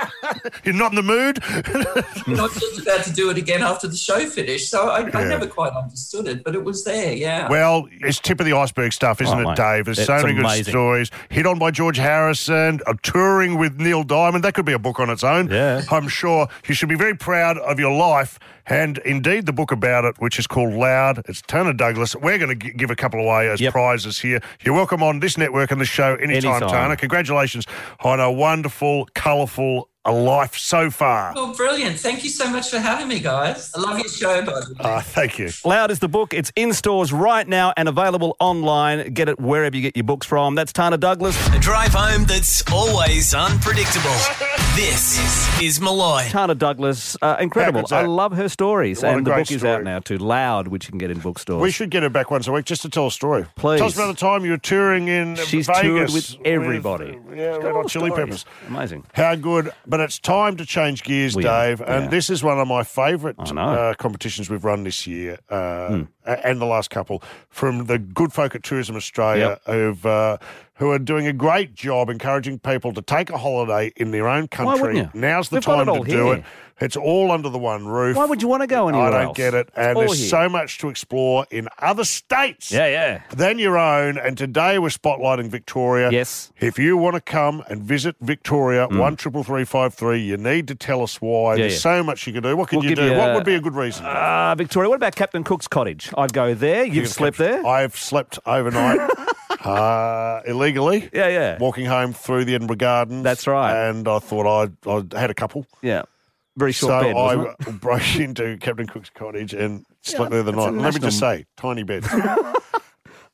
Speaker 2: You're not in the mood?
Speaker 21: I was just about to do it again after the show finished. So I, I
Speaker 2: Yeah.
Speaker 21: never quite understood it, but it was there. Yeah.
Speaker 2: Well, it's tip of the iceberg stuff, isn't
Speaker 3: Oh,
Speaker 2: it,
Speaker 3: mate.
Speaker 2: Dave? There's so
Speaker 3: It's
Speaker 2: many good
Speaker 3: amazing.
Speaker 2: stories. Hit on by George Harrison, a touring with Neil Diamond. That could be a book on its own. Yeah. I'm sure you should be very proud of your life and indeed the book about it, which is called Loud. It's Turner Douglas. We're going to g- give a couple away as prizes here. You're welcome on this network and the show anytime,
Speaker 3: Anytime.
Speaker 2: Turner. Congratulations on a wonderful, colourful uh, life so far.
Speaker 21: Well, brilliant. Thank you so much for having me, guys. I love your show, by the way.
Speaker 2: Ah, thank you.
Speaker 3: Loud is the book. It's in stores right now and available online. Get it wherever you get your books from. That's Tana Douglas.
Speaker 1: A drive home that's always unpredictable. This is Malloy.
Speaker 3: Tana Douglas, uh, incredible.
Speaker 1: How good's
Speaker 3: I
Speaker 1: that?
Speaker 3: love her stories.
Speaker 2: What a
Speaker 3: and the
Speaker 2: great
Speaker 3: book is
Speaker 2: story.
Speaker 3: out now too. Loud, which you can get in bookstores.
Speaker 2: We should get her back once a week just to tell a story.
Speaker 3: Please.
Speaker 2: Tell us about the time you were touring in
Speaker 3: She's
Speaker 2: Vegas.
Speaker 3: toured with everybody.
Speaker 2: yeah, Red Hot Chili Peppers.
Speaker 3: Amazing.
Speaker 2: How good. But it's time to change gears,
Speaker 3: We are,
Speaker 2: Dave.
Speaker 3: we
Speaker 2: and
Speaker 3: are.
Speaker 2: this is one of my favourite
Speaker 3: know. Hmm.
Speaker 2: uh, competitions we've run this year uh, a- and the last couple from the good folk at Tourism Australia who've, uh, who are doing a great job encouraging people to take a holiday in their own country.
Speaker 3: wouldn't you?
Speaker 2: Now's the
Speaker 3: We've got it
Speaker 2: time to
Speaker 3: all
Speaker 2: do
Speaker 3: here.
Speaker 2: it. It's all under the one roof.
Speaker 3: Why would you want to go anywhere
Speaker 2: I don't
Speaker 3: else?
Speaker 2: get it. And
Speaker 3: all
Speaker 2: there's
Speaker 3: here.
Speaker 2: so much to explore in other states. Yeah,
Speaker 3: yeah.
Speaker 2: Than your own. And today we're spotlighting Victoria.
Speaker 3: Yes. Hmm.
Speaker 2: If you want to come and visit Victoria, one triple three five three, you need to tell us why.
Speaker 3: Yeah,
Speaker 2: there's
Speaker 3: yeah.
Speaker 2: so much you can do. What can
Speaker 3: We'll
Speaker 2: you
Speaker 3: give
Speaker 2: do?
Speaker 3: you
Speaker 2: what
Speaker 3: a-
Speaker 2: would be a good reason?
Speaker 3: Uh, Victoria, what about Captain Cook's cottage? I'd go there. You've
Speaker 2: can
Speaker 3: slept there.
Speaker 2: I've slept overnight. Uh, illegally,
Speaker 3: yeah, yeah.
Speaker 2: Walking home through the Edinburgh Gardens. That's right. And I thought I I had a couple.
Speaker 3: Yeah, very short
Speaker 2: so
Speaker 3: bed,
Speaker 2: I
Speaker 3: wasn't
Speaker 2: broke into Captain Cook's cottage and slept there the
Speaker 3: that's a
Speaker 2: night. Let me just
Speaker 3: national-
Speaker 2: say, tiny bed.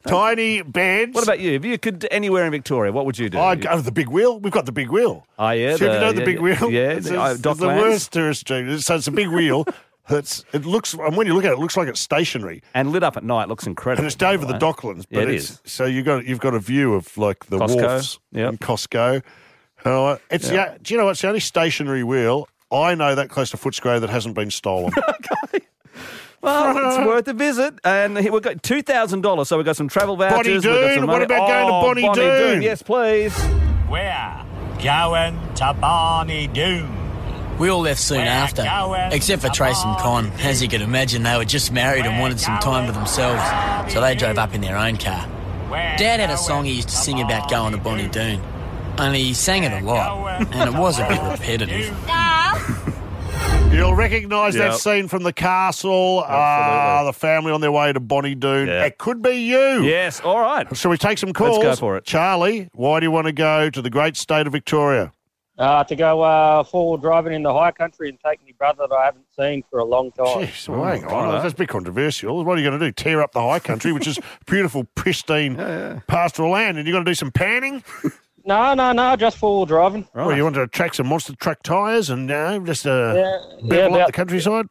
Speaker 2: tiny beds.
Speaker 3: What about you? If you could anywhere in Victoria, what would you do?
Speaker 2: I'd go to the big wheel. We've got the big wheel.
Speaker 3: Oh, yeah.
Speaker 2: So if you know the
Speaker 3: yeah,
Speaker 2: big
Speaker 3: yeah,
Speaker 2: wheel,
Speaker 3: Yeah,
Speaker 2: it's,
Speaker 3: the, uh,
Speaker 2: it's- it's the
Speaker 3: Docklands.
Speaker 2: worst tourist attraction. So it's a big wheel. That's it looks, and when you look at it, it looks like it's stationary,
Speaker 3: And lit up at night looks incredible.
Speaker 2: and it's over the
Speaker 3: by way.
Speaker 2: Docklands.
Speaker 3: Yeah,
Speaker 2: But
Speaker 3: it
Speaker 2: it's,
Speaker 3: is.
Speaker 2: So you got you've got a view of like the
Speaker 3: Costco,
Speaker 2: wharfs and Costco. And all that. it's
Speaker 3: Yeah.
Speaker 2: yeah. Do you know what? It's the only stationary wheel I know that close to Footscray that hasn't been stolen.
Speaker 3: Well, it's worth a visit. And here we've got two thousand dollars, so we've got some travel
Speaker 2: Bonnie
Speaker 3: vouchers. we've got
Speaker 2: Doon.
Speaker 3: some
Speaker 2: What
Speaker 3: money-
Speaker 2: about going to
Speaker 3: Oh,
Speaker 2: Bonnie,
Speaker 3: Bonnie
Speaker 2: Doon?
Speaker 3: Doon? Yes, please.
Speaker 22: We're going to Barney Doon.
Speaker 23: We all left soon after, except for Trace and Con. As you can imagine, they were just married and wanted some time to themselves, so they drove up in their own car. Dad had a song he used to sing about going to Bonnie Doon, only he sang it a lot, and it was a bit repetitive.
Speaker 2: You'll recognise
Speaker 4: Yep.
Speaker 2: that scene from the castle. Ah, the family on their way to Bonnie Doon. It could be you.
Speaker 3: Yes, all right.
Speaker 2: Shall we take some calls?
Speaker 3: go for it.
Speaker 2: Charlie, why do you want to go to the great state of Victoria?
Speaker 6: Uh, to go uh, four-wheel driving in the high country and take my brother that I haven't seen for a long
Speaker 3: Oh,
Speaker 6: time.
Speaker 2: Jeez, well, hang on. That's a bit controversial. What are you going to do? Tear up the high country, which is beautiful, pristine pastoral land, and you're going to do some panning?
Speaker 6: No, no, no, just four-wheel driving.
Speaker 2: Well, you want to attract some monster truck tyres and you know, just uh,
Speaker 6: Yeah,
Speaker 2: bevel
Speaker 6: yeah,
Speaker 2: up
Speaker 6: about-
Speaker 2: the countryside?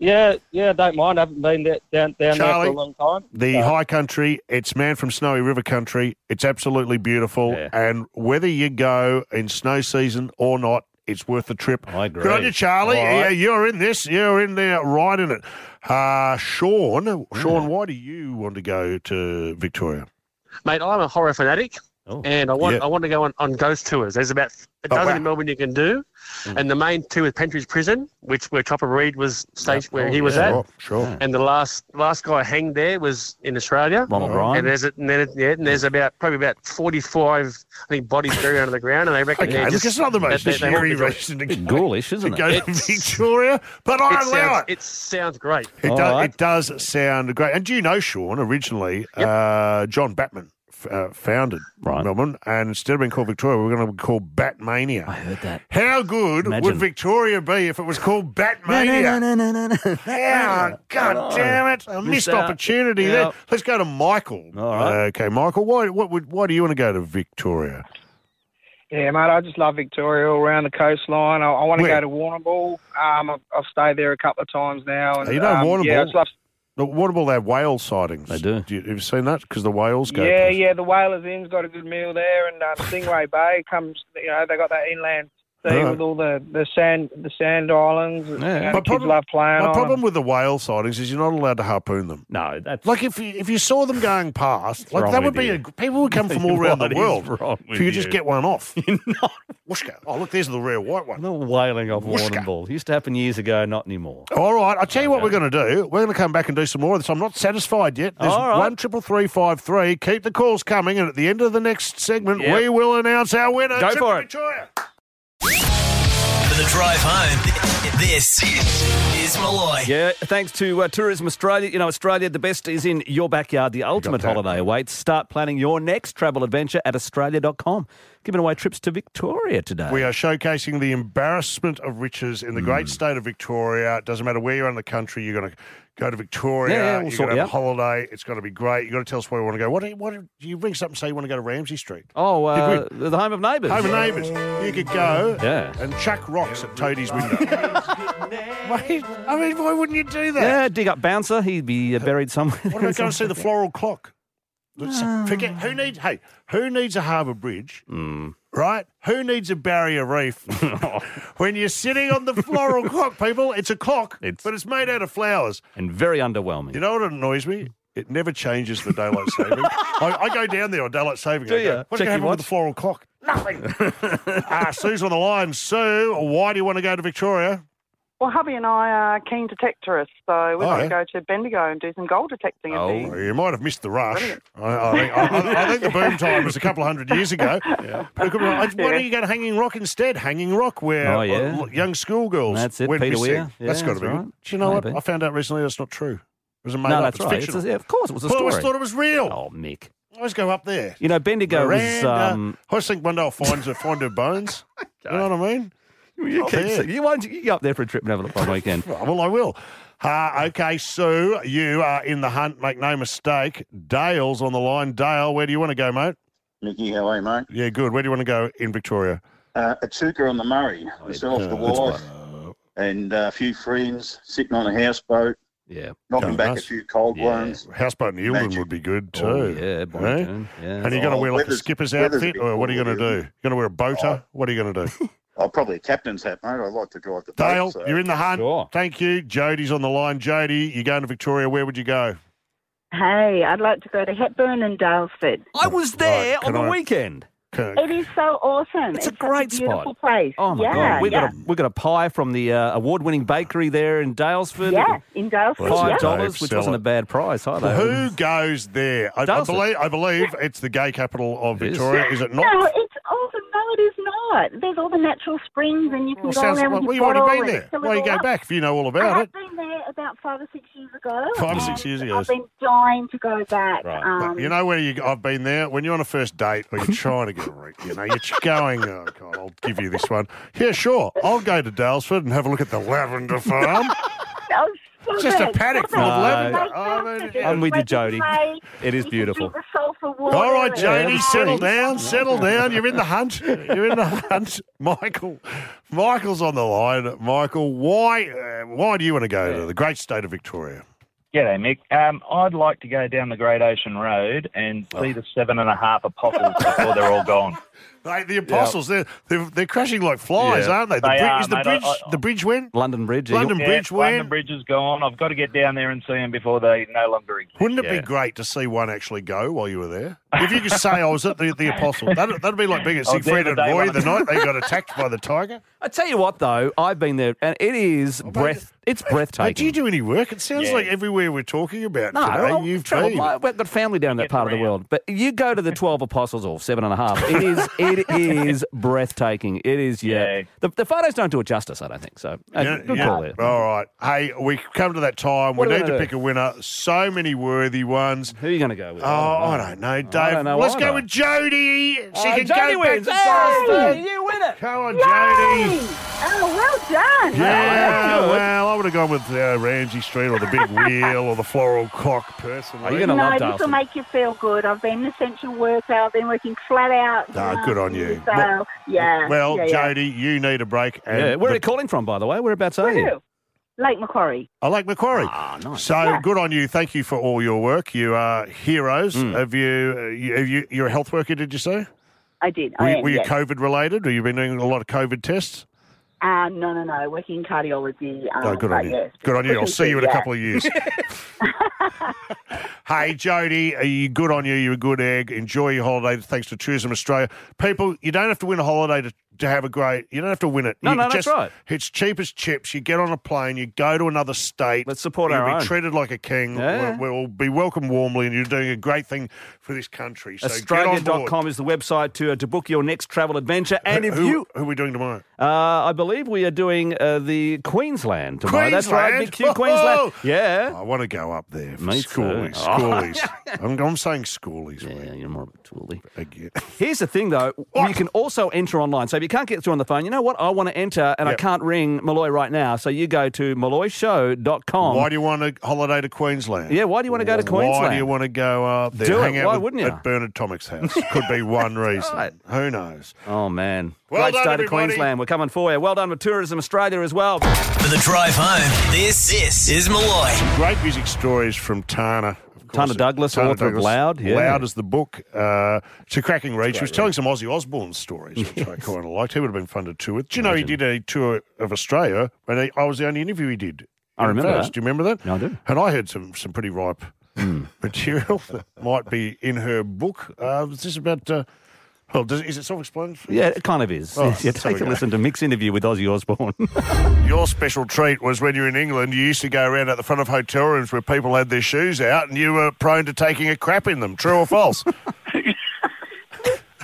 Speaker 6: Yeah, yeah, don't mind. I haven't been that, down, down there for
Speaker 2: Charlie,
Speaker 6: a long time.
Speaker 2: The high country, it's man from snowy river country. It's absolutely beautiful. And whether you go in snow season or not, it's worth the trip. I agree. Good on you, Charlie.
Speaker 4: All right.
Speaker 2: Yeah, you're in this. You're in there, right in it. Uh, Sean, Sean, why do you want to go to Victoria?
Speaker 7: Mate, I'm a horror fanatic, and I want
Speaker 2: Oh, Yeah.
Speaker 7: I want to go on, on ghost tours. There's about a
Speaker 2: Oh,
Speaker 7: dozen
Speaker 2: wow. Mm.
Speaker 7: in Melbourne you can do, and the main two is Pentridge Prison, which where Chopper Reed was staged where he was
Speaker 2: Yeah,
Speaker 7: at,
Speaker 2: Sure. sure.
Speaker 7: and the last last guy hanged there was in Australia.
Speaker 2: Ronald Ryan.
Speaker 7: And there's a, and then, yeah, and there's about probably about 45 I think bodies buried under the ground, and they reckon
Speaker 2: Okay,
Speaker 7: they're
Speaker 2: look,
Speaker 7: just
Speaker 2: it's not the most
Speaker 7: they- they- they want
Speaker 2: cheery
Speaker 7: to do it.
Speaker 2: reason to go,
Speaker 3: Ghoulish,
Speaker 2: to,
Speaker 3: isn't it?
Speaker 2: go to Victoria, but I
Speaker 7: it
Speaker 2: allow
Speaker 7: sounds,
Speaker 2: it.
Speaker 7: it sounds great.
Speaker 2: It does, it does sound great. And do you know, Sean, originally, uh, John Batman f- uh, founded Melbourne, and instead of being called Victoria, we are going to be called Batmania. I heard that. How good would
Speaker 4: Imagine.
Speaker 2: Victoria be if it was called Batmania?
Speaker 4: no, no, no, no.
Speaker 2: Yeah, Oh, God damn it. A missed opportunity there. Let's go to Michael. Uh, Okay, Michael, why, what would, why do you want to go to Victoria?
Speaker 24: Yeah, mate, I just love Victoria all around the coastline. I, I want to
Speaker 2: Where?
Speaker 24: go to Warrnambool. Um, I've, I've stayed there a couple of times now. And,
Speaker 2: Oh, you know,
Speaker 24: um,
Speaker 2: Warrnambool-
Speaker 24: Yeah, I just love,
Speaker 2: Look, What about their whale sightings? They do. you, have you seen that? Because the whales go.
Speaker 24: yeah, yeah, the Whalers Inn's got a good meal there, and um, Stingray Bay comes. You know, they got that inland sea
Speaker 2: Right.
Speaker 24: with all the, the sand the sand islands. and, you know,
Speaker 2: My
Speaker 24: kids love playing
Speaker 2: My
Speaker 24: on
Speaker 2: problem with the whale sightings is you're not allowed to harpoon them.
Speaker 3: No, that's
Speaker 2: like if you, if you saw them going past, like
Speaker 4: wrong
Speaker 2: that would
Speaker 4: with
Speaker 2: be
Speaker 4: you?
Speaker 2: a, people would come from all around
Speaker 4: What
Speaker 2: the
Speaker 4: is
Speaker 2: world.
Speaker 4: wrong
Speaker 2: if
Speaker 4: with
Speaker 2: you could just
Speaker 4: you?
Speaker 2: get one off. Whooshka. Oh look, there's the rare white one.
Speaker 3: The wailing of Warrnambool. Used to happen years ago, not anymore.
Speaker 2: All right, I'll tell you what we're going to do. We're going to come back and do some more of this. I'm not satisfied yet. There's
Speaker 3: All right.
Speaker 2: one triple three five three. Keep the calls coming, and at the end of the next segment,
Speaker 4: Yep.
Speaker 2: we will announce our winner.
Speaker 4: Go
Speaker 2: Triple
Speaker 4: for it.
Speaker 2: Victoria.
Speaker 1: For the drive home, this is Malloy.
Speaker 3: Yeah, thanks to uh, Tourism Australia. You know, Australia, the best is in your backyard. The ultimate holiday awaits. Start planning your next travel adventure at australia.com. Giving away trips to Victoria today.
Speaker 2: We are showcasing the embarrassment of riches in the
Speaker 3: Mm.
Speaker 2: great state of Victoria. It doesn't matter where you're in the country, you're going to go to Victoria.
Speaker 3: Yeah, yeah, we'll
Speaker 2: you're
Speaker 3: sort
Speaker 2: going to
Speaker 3: you
Speaker 2: have a holiday. It's going to be great. You've got to tell us where you want to go. What, do you- what do you bring something? Say you want to go to Ramsey Street.
Speaker 3: Oh, uh,
Speaker 2: Did
Speaker 3: the home of neighbours.
Speaker 2: Home and neighbours. You could go
Speaker 3: Yeah.
Speaker 2: and chuck rocks at Toadie's window. Wait, I mean, why wouldn't you do that?
Speaker 3: Yeah, dig up Bouncer. He'd be uh, buried somewhere.
Speaker 2: What about going to see the floral clock? Let's- Forget who needs. Hey, who needs a harbour bridge? Right? Who needs a barrier reef? when you're sitting on the floral clock, people, it's a clock, but it's made out of flowers.
Speaker 3: And very underwhelming.
Speaker 2: You know what annoys me? It never changes the daylight saving. I, I go down there on daylight saving.
Speaker 4: Do
Speaker 2: I go,
Speaker 4: ya?
Speaker 2: What's going
Speaker 4: Check
Speaker 2: to happen
Speaker 4: your
Speaker 2: with the floral clock? Nothing. ah, Sue's on the line. Sue, why do you want to go to Victoria?
Speaker 19: Well, hubby and I are keen detectorists, so we
Speaker 2: Oh,
Speaker 19: want
Speaker 2: yeah.
Speaker 19: to go to Bendigo and do some gold detecting.
Speaker 3: Oh,
Speaker 19: and do-
Speaker 2: you might have missed the rush. I, I, think, I, I think the boom time was a couple of hundred years ago. But it could be right. Why
Speaker 4: Yeah.
Speaker 2: don't you go to Hanging Rock instead? Hanging Rock, where
Speaker 4: Oh, yeah.
Speaker 2: uh, young schoolgirls
Speaker 4: That's it,
Speaker 2: went
Speaker 4: Peter
Speaker 2: missing.
Speaker 4: Weir.
Speaker 2: that's
Speaker 4: Yeah,
Speaker 2: got to be.
Speaker 4: that's right.
Speaker 2: good. Do you know
Speaker 4: Maybe.
Speaker 2: what? I found out recently that's not true. It was a made
Speaker 3: No,
Speaker 2: up.
Speaker 3: that's
Speaker 2: it's
Speaker 3: right. It's
Speaker 2: fictional.
Speaker 3: a- yeah, of course, it was a
Speaker 2: But I always
Speaker 3: story.
Speaker 2: thought it was real.
Speaker 3: Oh, Mick.
Speaker 2: I always go up there.
Speaker 3: You know, Bendigo was.
Speaker 2: Miranda.
Speaker 3: Um,
Speaker 2: I always think one day I'll find her, find her bones. You know what I mean?
Speaker 3: you,
Speaker 2: Not
Speaker 3: keep,
Speaker 2: there.
Speaker 3: you, won't, you go up there for a trip and have a look by weekend.
Speaker 2: Well, I will. Uh, okay, Sue, you are in the hunt. Make no mistake. Dale's on the line. Dale, where do you want to go, mate?
Speaker 25: Nicky, how are you, mate?
Speaker 2: Yeah, good. Where do you want to go in Victoria?
Speaker 25: Uh, a tuka on the Murray,
Speaker 3: Oh,
Speaker 25: myself,
Speaker 2: yeah,
Speaker 25: the
Speaker 2: that's
Speaker 25: wife, and uh, a few friends sitting on a houseboat.
Speaker 3: Yeah,
Speaker 25: knocking
Speaker 2: Oh,
Speaker 25: back
Speaker 2: nice.
Speaker 25: a few cold ones.
Speaker 2: Houseboat in Eildon
Speaker 25: Magic.
Speaker 2: would be good too.
Speaker 3: Oh, yeah, Bonnie
Speaker 2: Eh?
Speaker 3: Doon, yeah.
Speaker 2: And you're going to
Speaker 25: Oh,
Speaker 2: wear like a
Speaker 25: weather's-
Speaker 2: skipper's
Speaker 25: weather's a
Speaker 2: outfit,
Speaker 25: bit
Speaker 2: or what are you going to do?
Speaker 25: cool,
Speaker 2: You're going to wear a boater? What are you going to do?
Speaker 25: Oh, probably a captain's hat, mate. I like to drive the boat,
Speaker 2: Dale,
Speaker 25: so-
Speaker 2: you're in the hunt. Thank you. Jody's on the line. Jody, you're going to Victoria. Where would you go?
Speaker 26: Hey, I'd like to go to Hepburn and Dalesford.
Speaker 3: I was there
Speaker 2: on the
Speaker 3: weekend.
Speaker 26: It is so awesome. It's, a great beautiful place.
Speaker 3: Oh my
Speaker 26: yeah,
Speaker 3: god, we
Speaker 26: yeah.
Speaker 3: got a we got a pie from the uh, award-winning bakery there in Dalesford.
Speaker 26: Yeah, in Dalesford.
Speaker 3: five
Speaker 26: yeah.
Speaker 3: dollars, which
Speaker 2: Sell
Speaker 3: wasn't a
Speaker 2: it.
Speaker 3: bad price either.
Speaker 2: Who goes there? I, I
Speaker 3: Does it?
Speaker 2: believe I believe it's the gay capital of Victoria. Is it not?
Speaker 26: oh, No, it's awesome. No, it is not. it. There's all the natural springs, and you can
Speaker 2: Well,
Speaker 26: go
Speaker 2: Oh, sounds
Speaker 26: around
Speaker 2: like,
Speaker 26: with
Speaker 2: well,
Speaker 26: your
Speaker 2: you've already
Speaker 26: bottle
Speaker 2: been
Speaker 26: and
Speaker 2: there.
Speaker 26: fill it
Speaker 2: Why you
Speaker 26: all
Speaker 2: go
Speaker 26: up.
Speaker 2: back if you know all
Speaker 26: I
Speaker 2: about
Speaker 26: have
Speaker 2: it?
Speaker 26: been there about five or six years ago.
Speaker 2: Five, six
Speaker 26: and
Speaker 2: years ago.
Speaker 26: I've been dying to go back.
Speaker 2: Right.
Speaker 26: Um,
Speaker 2: But you know where you, I've been there? When you're on a first date or you're trying to get a read, you know, you're ch- going, oh, God, I'll give you this one. Yeah, sure. I'll go to Dalesford and have a look at the lavender farm.
Speaker 26: Oh, stop
Speaker 2: Just a
Speaker 26: it.
Speaker 2: paddock full
Speaker 26: Stop
Speaker 2: of lavender.
Speaker 26: it. Make
Speaker 2: I mean,
Speaker 26: sense of it.
Speaker 2: yeah.
Speaker 3: I'm with you,
Speaker 26: Make it
Speaker 3: Jody.
Speaker 26: play.
Speaker 3: It is beautiful.
Speaker 26: The sulphur water.
Speaker 2: All right,
Speaker 26: and-
Speaker 2: Janie,
Speaker 3: Yeah,
Speaker 2: settle
Speaker 26: that's
Speaker 2: down, settle down. You're in the hunt. You're in the hunt, Michael. Michael's on the line. Michael, why, uh, why do you want to go to the great state of Victoria?
Speaker 4: G'day, Mick.
Speaker 7: uh,
Speaker 4: Um, I'd like to go down the Great Ocean Road and see the seven and a half apostles before they're all gone.
Speaker 2: Mate, the apostles, they're, they're they're crashing like flies,
Speaker 4: Yeah.
Speaker 2: aren't they? The
Speaker 4: They
Speaker 2: bri-
Speaker 4: are,
Speaker 2: is the
Speaker 4: mate. I-
Speaker 2: bridge the bridge went?
Speaker 3: London Bridge.
Speaker 2: yeah. London Bridge
Speaker 4: London
Speaker 2: went.
Speaker 4: Bridge is gone. I've got to get down there and see them before they no longer exist.
Speaker 2: Wouldn't it be
Speaker 4: Yeah.
Speaker 2: great to see one actually go while you were there? If you could say I was at the, the apostle, that'd, that'd be like being
Speaker 4: Oh,
Speaker 2: at
Speaker 3: I was there
Speaker 2: Siegfried
Speaker 3: the
Speaker 2: and
Speaker 3: day
Speaker 2: Roy
Speaker 3: one-
Speaker 2: the night they got attacked by the tiger.
Speaker 3: I tell you what, though, I've been there, and it is breath. It's breathtaking.
Speaker 2: Mate, do you do any work? It sounds like everywhere we're talking about
Speaker 3: No,
Speaker 2: today,
Speaker 3: I've
Speaker 2: you've
Speaker 3: travelled.
Speaker 2: been.
Speaker 3: My- I've got family down in that part of the world. But you go to the Twelve Apostles or seven and a half. It is it is breathtaking. It is yeah. The, the photos don't do it justice. I don't think so. Uh,
Speaker 2: Yeah,
Speaker 3: good
Speaker 2: yeah.
Speaker 3: call there.
Speaker 2: All right. Hey, we come to that time.
Speaker 3: What
Speaker 2: we
Speaker 3: are we
Speaker 2: need to
Speaker 3: gonna do?
Speaker 2: pick a winner. So many worthy ones. Who
Speaker 3: are you going to go with?
Speaker 2: Oh, I don't know, Dave.
Speaker 3: I don't know
Speaker 2: Let's
Speaker 3: either.
Speaker 2: go with Jody. She
Speaker 3: Oh,
Speaker 2: can
Speaker 3: Jody
Speaker 2: go
Speaker 3: wins.
Speaker 2: back to Forest Hill.
Speaker 3: you win it.
Speaker 2: Come on, Jody.
Speaker 26: Oh, well done.
Speaker 2: Yeah,
Speaker 26: Well done.
Speaker 2: well, I would have gone with uh, Ramsey Street or the Big Wheel or the Floral Cock, personally.
Speaker 26: no, this will make you feel good. I've been an essential worker. I've been working flat out.
Speaker 2: No,
Speaker 26: um,
Speaker 2: Ah, good on you.
Speaker 26: So,
Speaker 2: Well-
Speaker 26: yeah.
Speaker 2: Well,
Speaker 26: yeah, yeah.
Speaker 2: Jody, you need a break. And
Speaker 3: Yeah, where are
Speaker 2: the-
Speaker 3: you calling from, by the way? Whereabouts are you?
Speaker 26: Lake Macquarie.
Speaker 2: I like Macquarie. Ah, nice. So good on you. Thank you for all your work. You are heroes.
Speaker 3: Hmm.
Speaker 2: Have you, uh, you, have you? You're a health worker, did you say?
Speaker 26: I did.
Speaker 2: Were,
Speaker 26: I
Speaker 2: you-
Speaker 26: am,
Speaker 2: were you
Speaker 26: yes.
Speaker 2: COVID related? Or you been doing a lot of COVID tests?
Speaker 26: Uh, no, no, no. Working in cardiology. Um,
Speaker 2: oh, good
Speaker 26: but
Speaker 2: on you.
Speaker 26: yes.
Speaker 2: Good on you. I'll
Speaker 26: Looking
Speaker 2: see you in
Speaker 26: good,
Speaker 2: a
Speaker 26: yeah.
Speaker 2: couple of years. hey, Jody, are you good on you? You're a good egg. Enjoy your holiday. Thanks to Tourism Australia. People, you don't have to win a holiday to, to have a great. You don't have to win it.
Speaker 3: No,
Speaker 2: You
Speaker 3: no, that's
Speaker 2: just-
Speaker 3: right.
Speaker 2: It's cheap as chips. You get on a plane. You go to another state. Let's
Speaker 3: support
Speaker 2: You'll
Speaker 3: our
Speaker 2: be
Speaker 3: own.
Speaker 2: treated like a king.
Speaker 3: Yeah.
Speaker 2: We'll, we'll be welcomed warmly, and you're doing a great thing for this country. So get on board.
Speaker 3: Australia.com is the website to, uh, to book your next travel adventure. And if
Speaker 2: who,
Speaker 3: you.
Speaker 2: who are we doing tomorrow?
Speaker 3: Uh, I believe we are doing uh, the Queensland tomorrow. That's right, Big Q,
Speaker 2: Queensland?
Speaker 3: Queensland.
Speaker 2: Oh!
Speaker 3: Yeah.
Speaker 2: I want to go up there. For
Speaker 3: Me too.
Speaker 2: schoolies.
Speaker 3: Oh.
Speaker 2: Schoolies. I'm, I'm saying schoolies. Yeah,
Speaker 3: you're more of a toolie.
Speaker 2: Again.
Speaker 3: Here's the thing, though. You can also enter online. So if you can't get through on the phone, you know what? I want to enter and
Speaker 2: Yep.
Speaker 3: I can't ring Malloy right now. So you go to malloyshow.com.
Speaker 2: Why do you want a holiday to Queensland?
Speaker 3: Yeah, why do you want to go to Queensland?
Speaker 2: Why do you want to go up there?
Speaker 3: Do
Speaker 2: hang
Speaker 3: it.
Speaker 2: out
Speaker 3: Why
Speaker 2: with-
Speaker 3: wouldn't you?
Speaker 2: At Bernard Tomic's house. Could be one reason. Who knows?
Speaker 3: Oh, man.
Speaker 2: Well
Speaker 3: Great
Speaker 2: done,
Speaker 3: state of
Speaker 2: everybody.
Speaker 3: Queensland. We're coming for you. Well done with Tourism Australia as well.
Speaker 1: For the drive home, this, this is Malloy.
Speaker 2: Great music stories from Tana. of course.
Speaker 3: Tana Douglas, author of Loud, yeah.
Speaker 2: Loud is the book. Uh, it's a cracking read. She was telling some Ozzy Osbourne stories, which I kind of liked. He would have been fun to tour with. Do you know he did a tour of Australia when he, I was the only interview he did?
Speaker 3: I
Speaker 2: in
Speaker 3: remember
Speaker 2: Vegas.
Speaker 3: that.
Speaker 2: Do you remember that?
Speaker 3: No, I Hmm. do.
Speaker 2: And I heard some, some pretty ripe material that might be in her book. Uh, is this about. Uh, well, does, is it self explanatory?
Speaker 3: Yeah, it kind of is.
Speaker 2: Oh,
Speaker 3: yeah,
Speaker 2: so
Speaker 3: take
Speaker 2: we
Speaker 3: a
Speaker 2: go.
Speaker 3: listen to Mick's interview with Ozzy Osbourne.
Speaker 2: Your special treat was when you were in England, you used to go around at the front of hotel rooms where people had their shoes out and you were prone to taking a crap in them. True or false?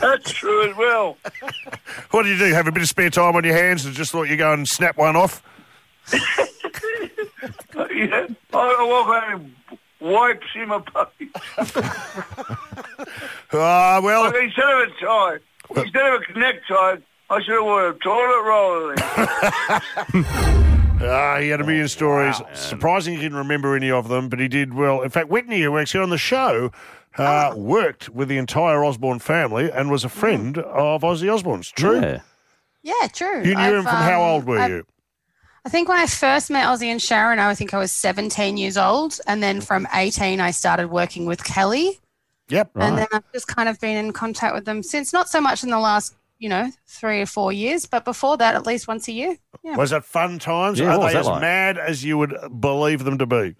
Speaker 8: That's true as well.
Speaker 2: what did you do? Have a bit of spare time on your hands and just thought you'd go and snap one off?
Speaker 8: yeah, I, I walk around with wipes in my pocket.
Speaker 2: Ah, well.
Speaker 8: Like, instead of a tie, instead of a necktie, I should have worn a toilet roll.
Speaker 2: Ah, he had a million stories.
Speaker 9: Oh,
Speaker 2: Surprising he didn't remember any of them, but he did well. In fact, Whitney, who works here on the show,
Speaker 9: Ah.
Speaker 2: uh, worked with the entire Osborne family and was a friend of Ozzy Osbourne's. True?
Speaker 9: Hmm. Yeah, true.
Speaker 2: You knew
Speaker 9: I've,
Speaker 2: him from how
Speaker 9: um,
Speaker 2: old were
Speaker 9: I've-
Speaker 2: you?
Speaker 9: I think when I first met Ozzy and Sharon, I think I was 17 years old. And then from 18, I started working with Kelly.
Speaker 2: Yep.
Speaker 9: And then I've just kind of been in contact with them since, not so much in the last, you know, three or four years, but before that, at least once a year. Yeah.
Speaker 2: Was it fun times?
Speaker 3: Yeah,
Speaker 2: Are
Speaker 3: what was
Speaker 2: they
Speaker 3: that
Speaker 2: as
Speaker 3: like?
Speaker 2: mad as you would believe them to be?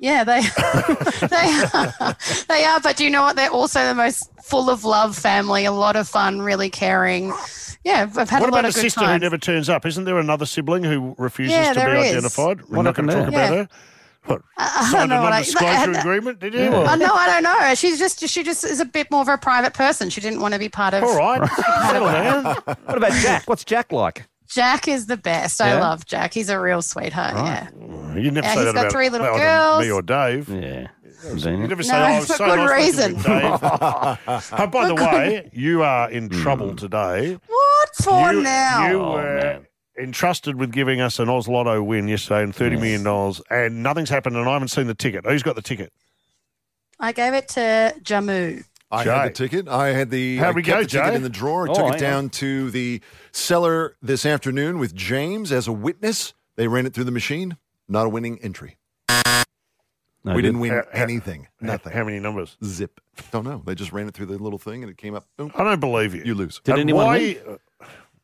Speaker 9: Yeah, they they are, they are. But do you know what? They're also the most full of love family. A lot of fun, really caring. Yeah, I've had
Speaker 2: what
Speaker 9: a lot
Speaker 2: about the
Speaker 9: of good
Speaker 2: sister who
Speaker 9: times.
Speaker 2: never turns up? Isn't there another sibling who refuses
Speaker 9: Yeah,
Speaker 2: to be
Speaker 9: there is.
Speaker 2: identified? We're
Speaker 3: What
Speaker 2: not going
Speaker 3: happened
Speaker 2: to talk
Speaker 9: there?
Speaker 2: about
Speaker 9: Yeah.
Speaker 2: her.
Speaker 9: I
Speaker 2: Signed
Speaker 9: don't know
Speaker 2: a
Speaker 9: what I-
Speaker 2: non-disclosure agreement, did you? Or-
Speaker 9: Uh, no, I don't know. She's just she just is a bit more of a private person. She didn't want to be part of.
Speaker 2: All right. Settle down.
Speaker 3: What about Jack? What's Jack like?
Speaker 9: Jack is the best. I
Speaker 3: Yeah?
Speaker 9: love Jack. He's a real sweetheart. Yeah.
Speaker 2: You never
Speaker 9: Yeah,
Speaker 2: say that
Speaker 9: he's got
Speaker 2: about
Speaker 9: three little
Speaker 2: about them,
Speaker 9: girls.
Speaker 2: me or Dave.
Speaker 3: Yeah.
Speaker 2: You never say,
Speaker 9: No,
Speaker 2: oh, I was
Speaker 9: for
Speaker 2: so
Speaker 9: good
Speaker 2: nice talking to
Speaker 9: reason.
Speaker 2: Dave. oh, by the
Speaker 9: For good-
Speaker 2: way, you are in
Speaker 3: Hmm.
Speaker 2: trouble today.
Speaker 9: What for
Speaker 2: you,
Speaker 9: now?
Speaker 3: Oh,
Speaker 2: You were entrusted with giving us an Oz Lotto win yesterday and thirty million dollars, and nothing's happened, and I haven't seen the ticket. Who's got the ticket?
Speaker 9: I gave it to Jamu.
Speaker 5: I had the ticket. I had the.
Speaker 2: How'd
Speaker 5: I
Speaker 2: we
Speaker 5: kept
Speaker 2: go,
Speaker 5: the ticket
Speaker 2: Jay?
Speaker 5: in the drawer.
Speaker 2: Oh,
Speaker 5: took
Speaker 2: hang
Speaker 5: it
Speaker 2: on.
Speaker 5: down to the seller this afternoon with James as a witness. They ran it through the machine. Not a winning entry. we
Speaker 2: good.
Speaker 5: didn't win
Speaker 2: Uh, uh,
Speaker 5: anything. Nothing.
Speaker 2: How many numbers?
Speaker 5: Zip. Don't know. They just ran it through the little thing and it came up. Boom.
Speaker 2: I don't believe you.
Speaker 5: You lose.
Speaker 2: Did And anyone why- Oh, win?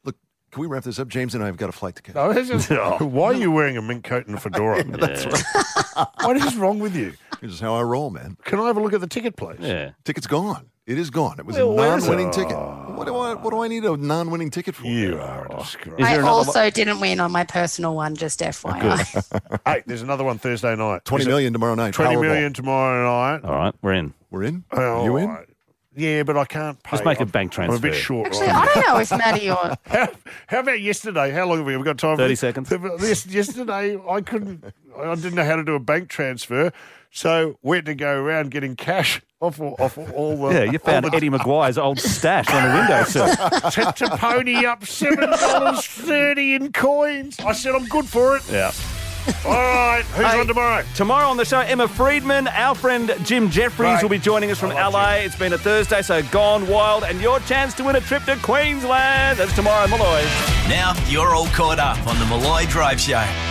Speaker 5: Look, can we wrap this up? James and I have got a flight to catch.
Speaker 2: No, it's just- Oh, why are you wearing a mink coat and a fedora?
Speaker 5: That's
Speaker 2: What is wrong with you?
Speaker 5: This is how I roll, man.
Speaker 2: Can I have a look at the ticket, please?
Speaker 3: Yeah.
Speaker 5: Ticket's gone. It is gone. It was
Speaker 2: Well,
Speaker 5: a
Speaker 2: where is it?
Speaker 5: non-winning ticket. What do I? What do I need a non-winning ticket for?
Speaker 2: You are a disgrace.
Speaker 9: I also didn't win on my personal one, just FYI.
Speaker 2: hey, there's another one Thursday night.
Speaker 5: Twenty
Speaker 2: Is it-
Speaker 5: million tomorrow night.
Speaker 2: Twenty
Speaker 5: Powerball.
Speaker 2: million tomorrow night.
Speaker 3: All right, we're in.
Speaker 5: We're in.
Speaker 2: Oh,
Speaker 5: you in?
Speaker 2: all right. Yeah, but I can't pay.
Speaker 3: Let's make a
Speaker 2: I'm-
Speaker 3: bank
Speaker 2: I'm a bit
Speaker 3: transfer.
Speaker 2: short.
Speaker 9: Actually,
Speaker 2: right
Speaker 9: I
Speaker 2: now.
Speaker 9: don't know if Maddie or
Speaker 2: How, how about yesterday? How long have we? We've got time. for
Speaker 3: 30
Speaker 2: this?
Speaker 3: seconds.
Speaker 2: Yes, yesterday, I couldn't. I didn't know how to do a bank transfer, so we had to go around getting cash off all- off all the.
Speaker 3: Yeah, you found
Speaker 2: all the-
Speaker 3: Eddie McGuire's old stash on a windowsill.
Speaker 2: to, to pony up seven dollars thirty in coins. I said I'm good for it.
Speaker 3: Yeah.
Speaker 2: All right, who's on tomorrow?
Speaker 3: Tomorrow on the show, Emma Friedman, our friend Jim Jeffries
Speaker 2: Right.
Speaker 3: will be joining us from LA. It's been a Thursday, so gone wild, and your chance to win a trip to Queensland. That's tomorrow, Malloy.
Speaker 1: Now you're all caught up on the Malloy Drive Show.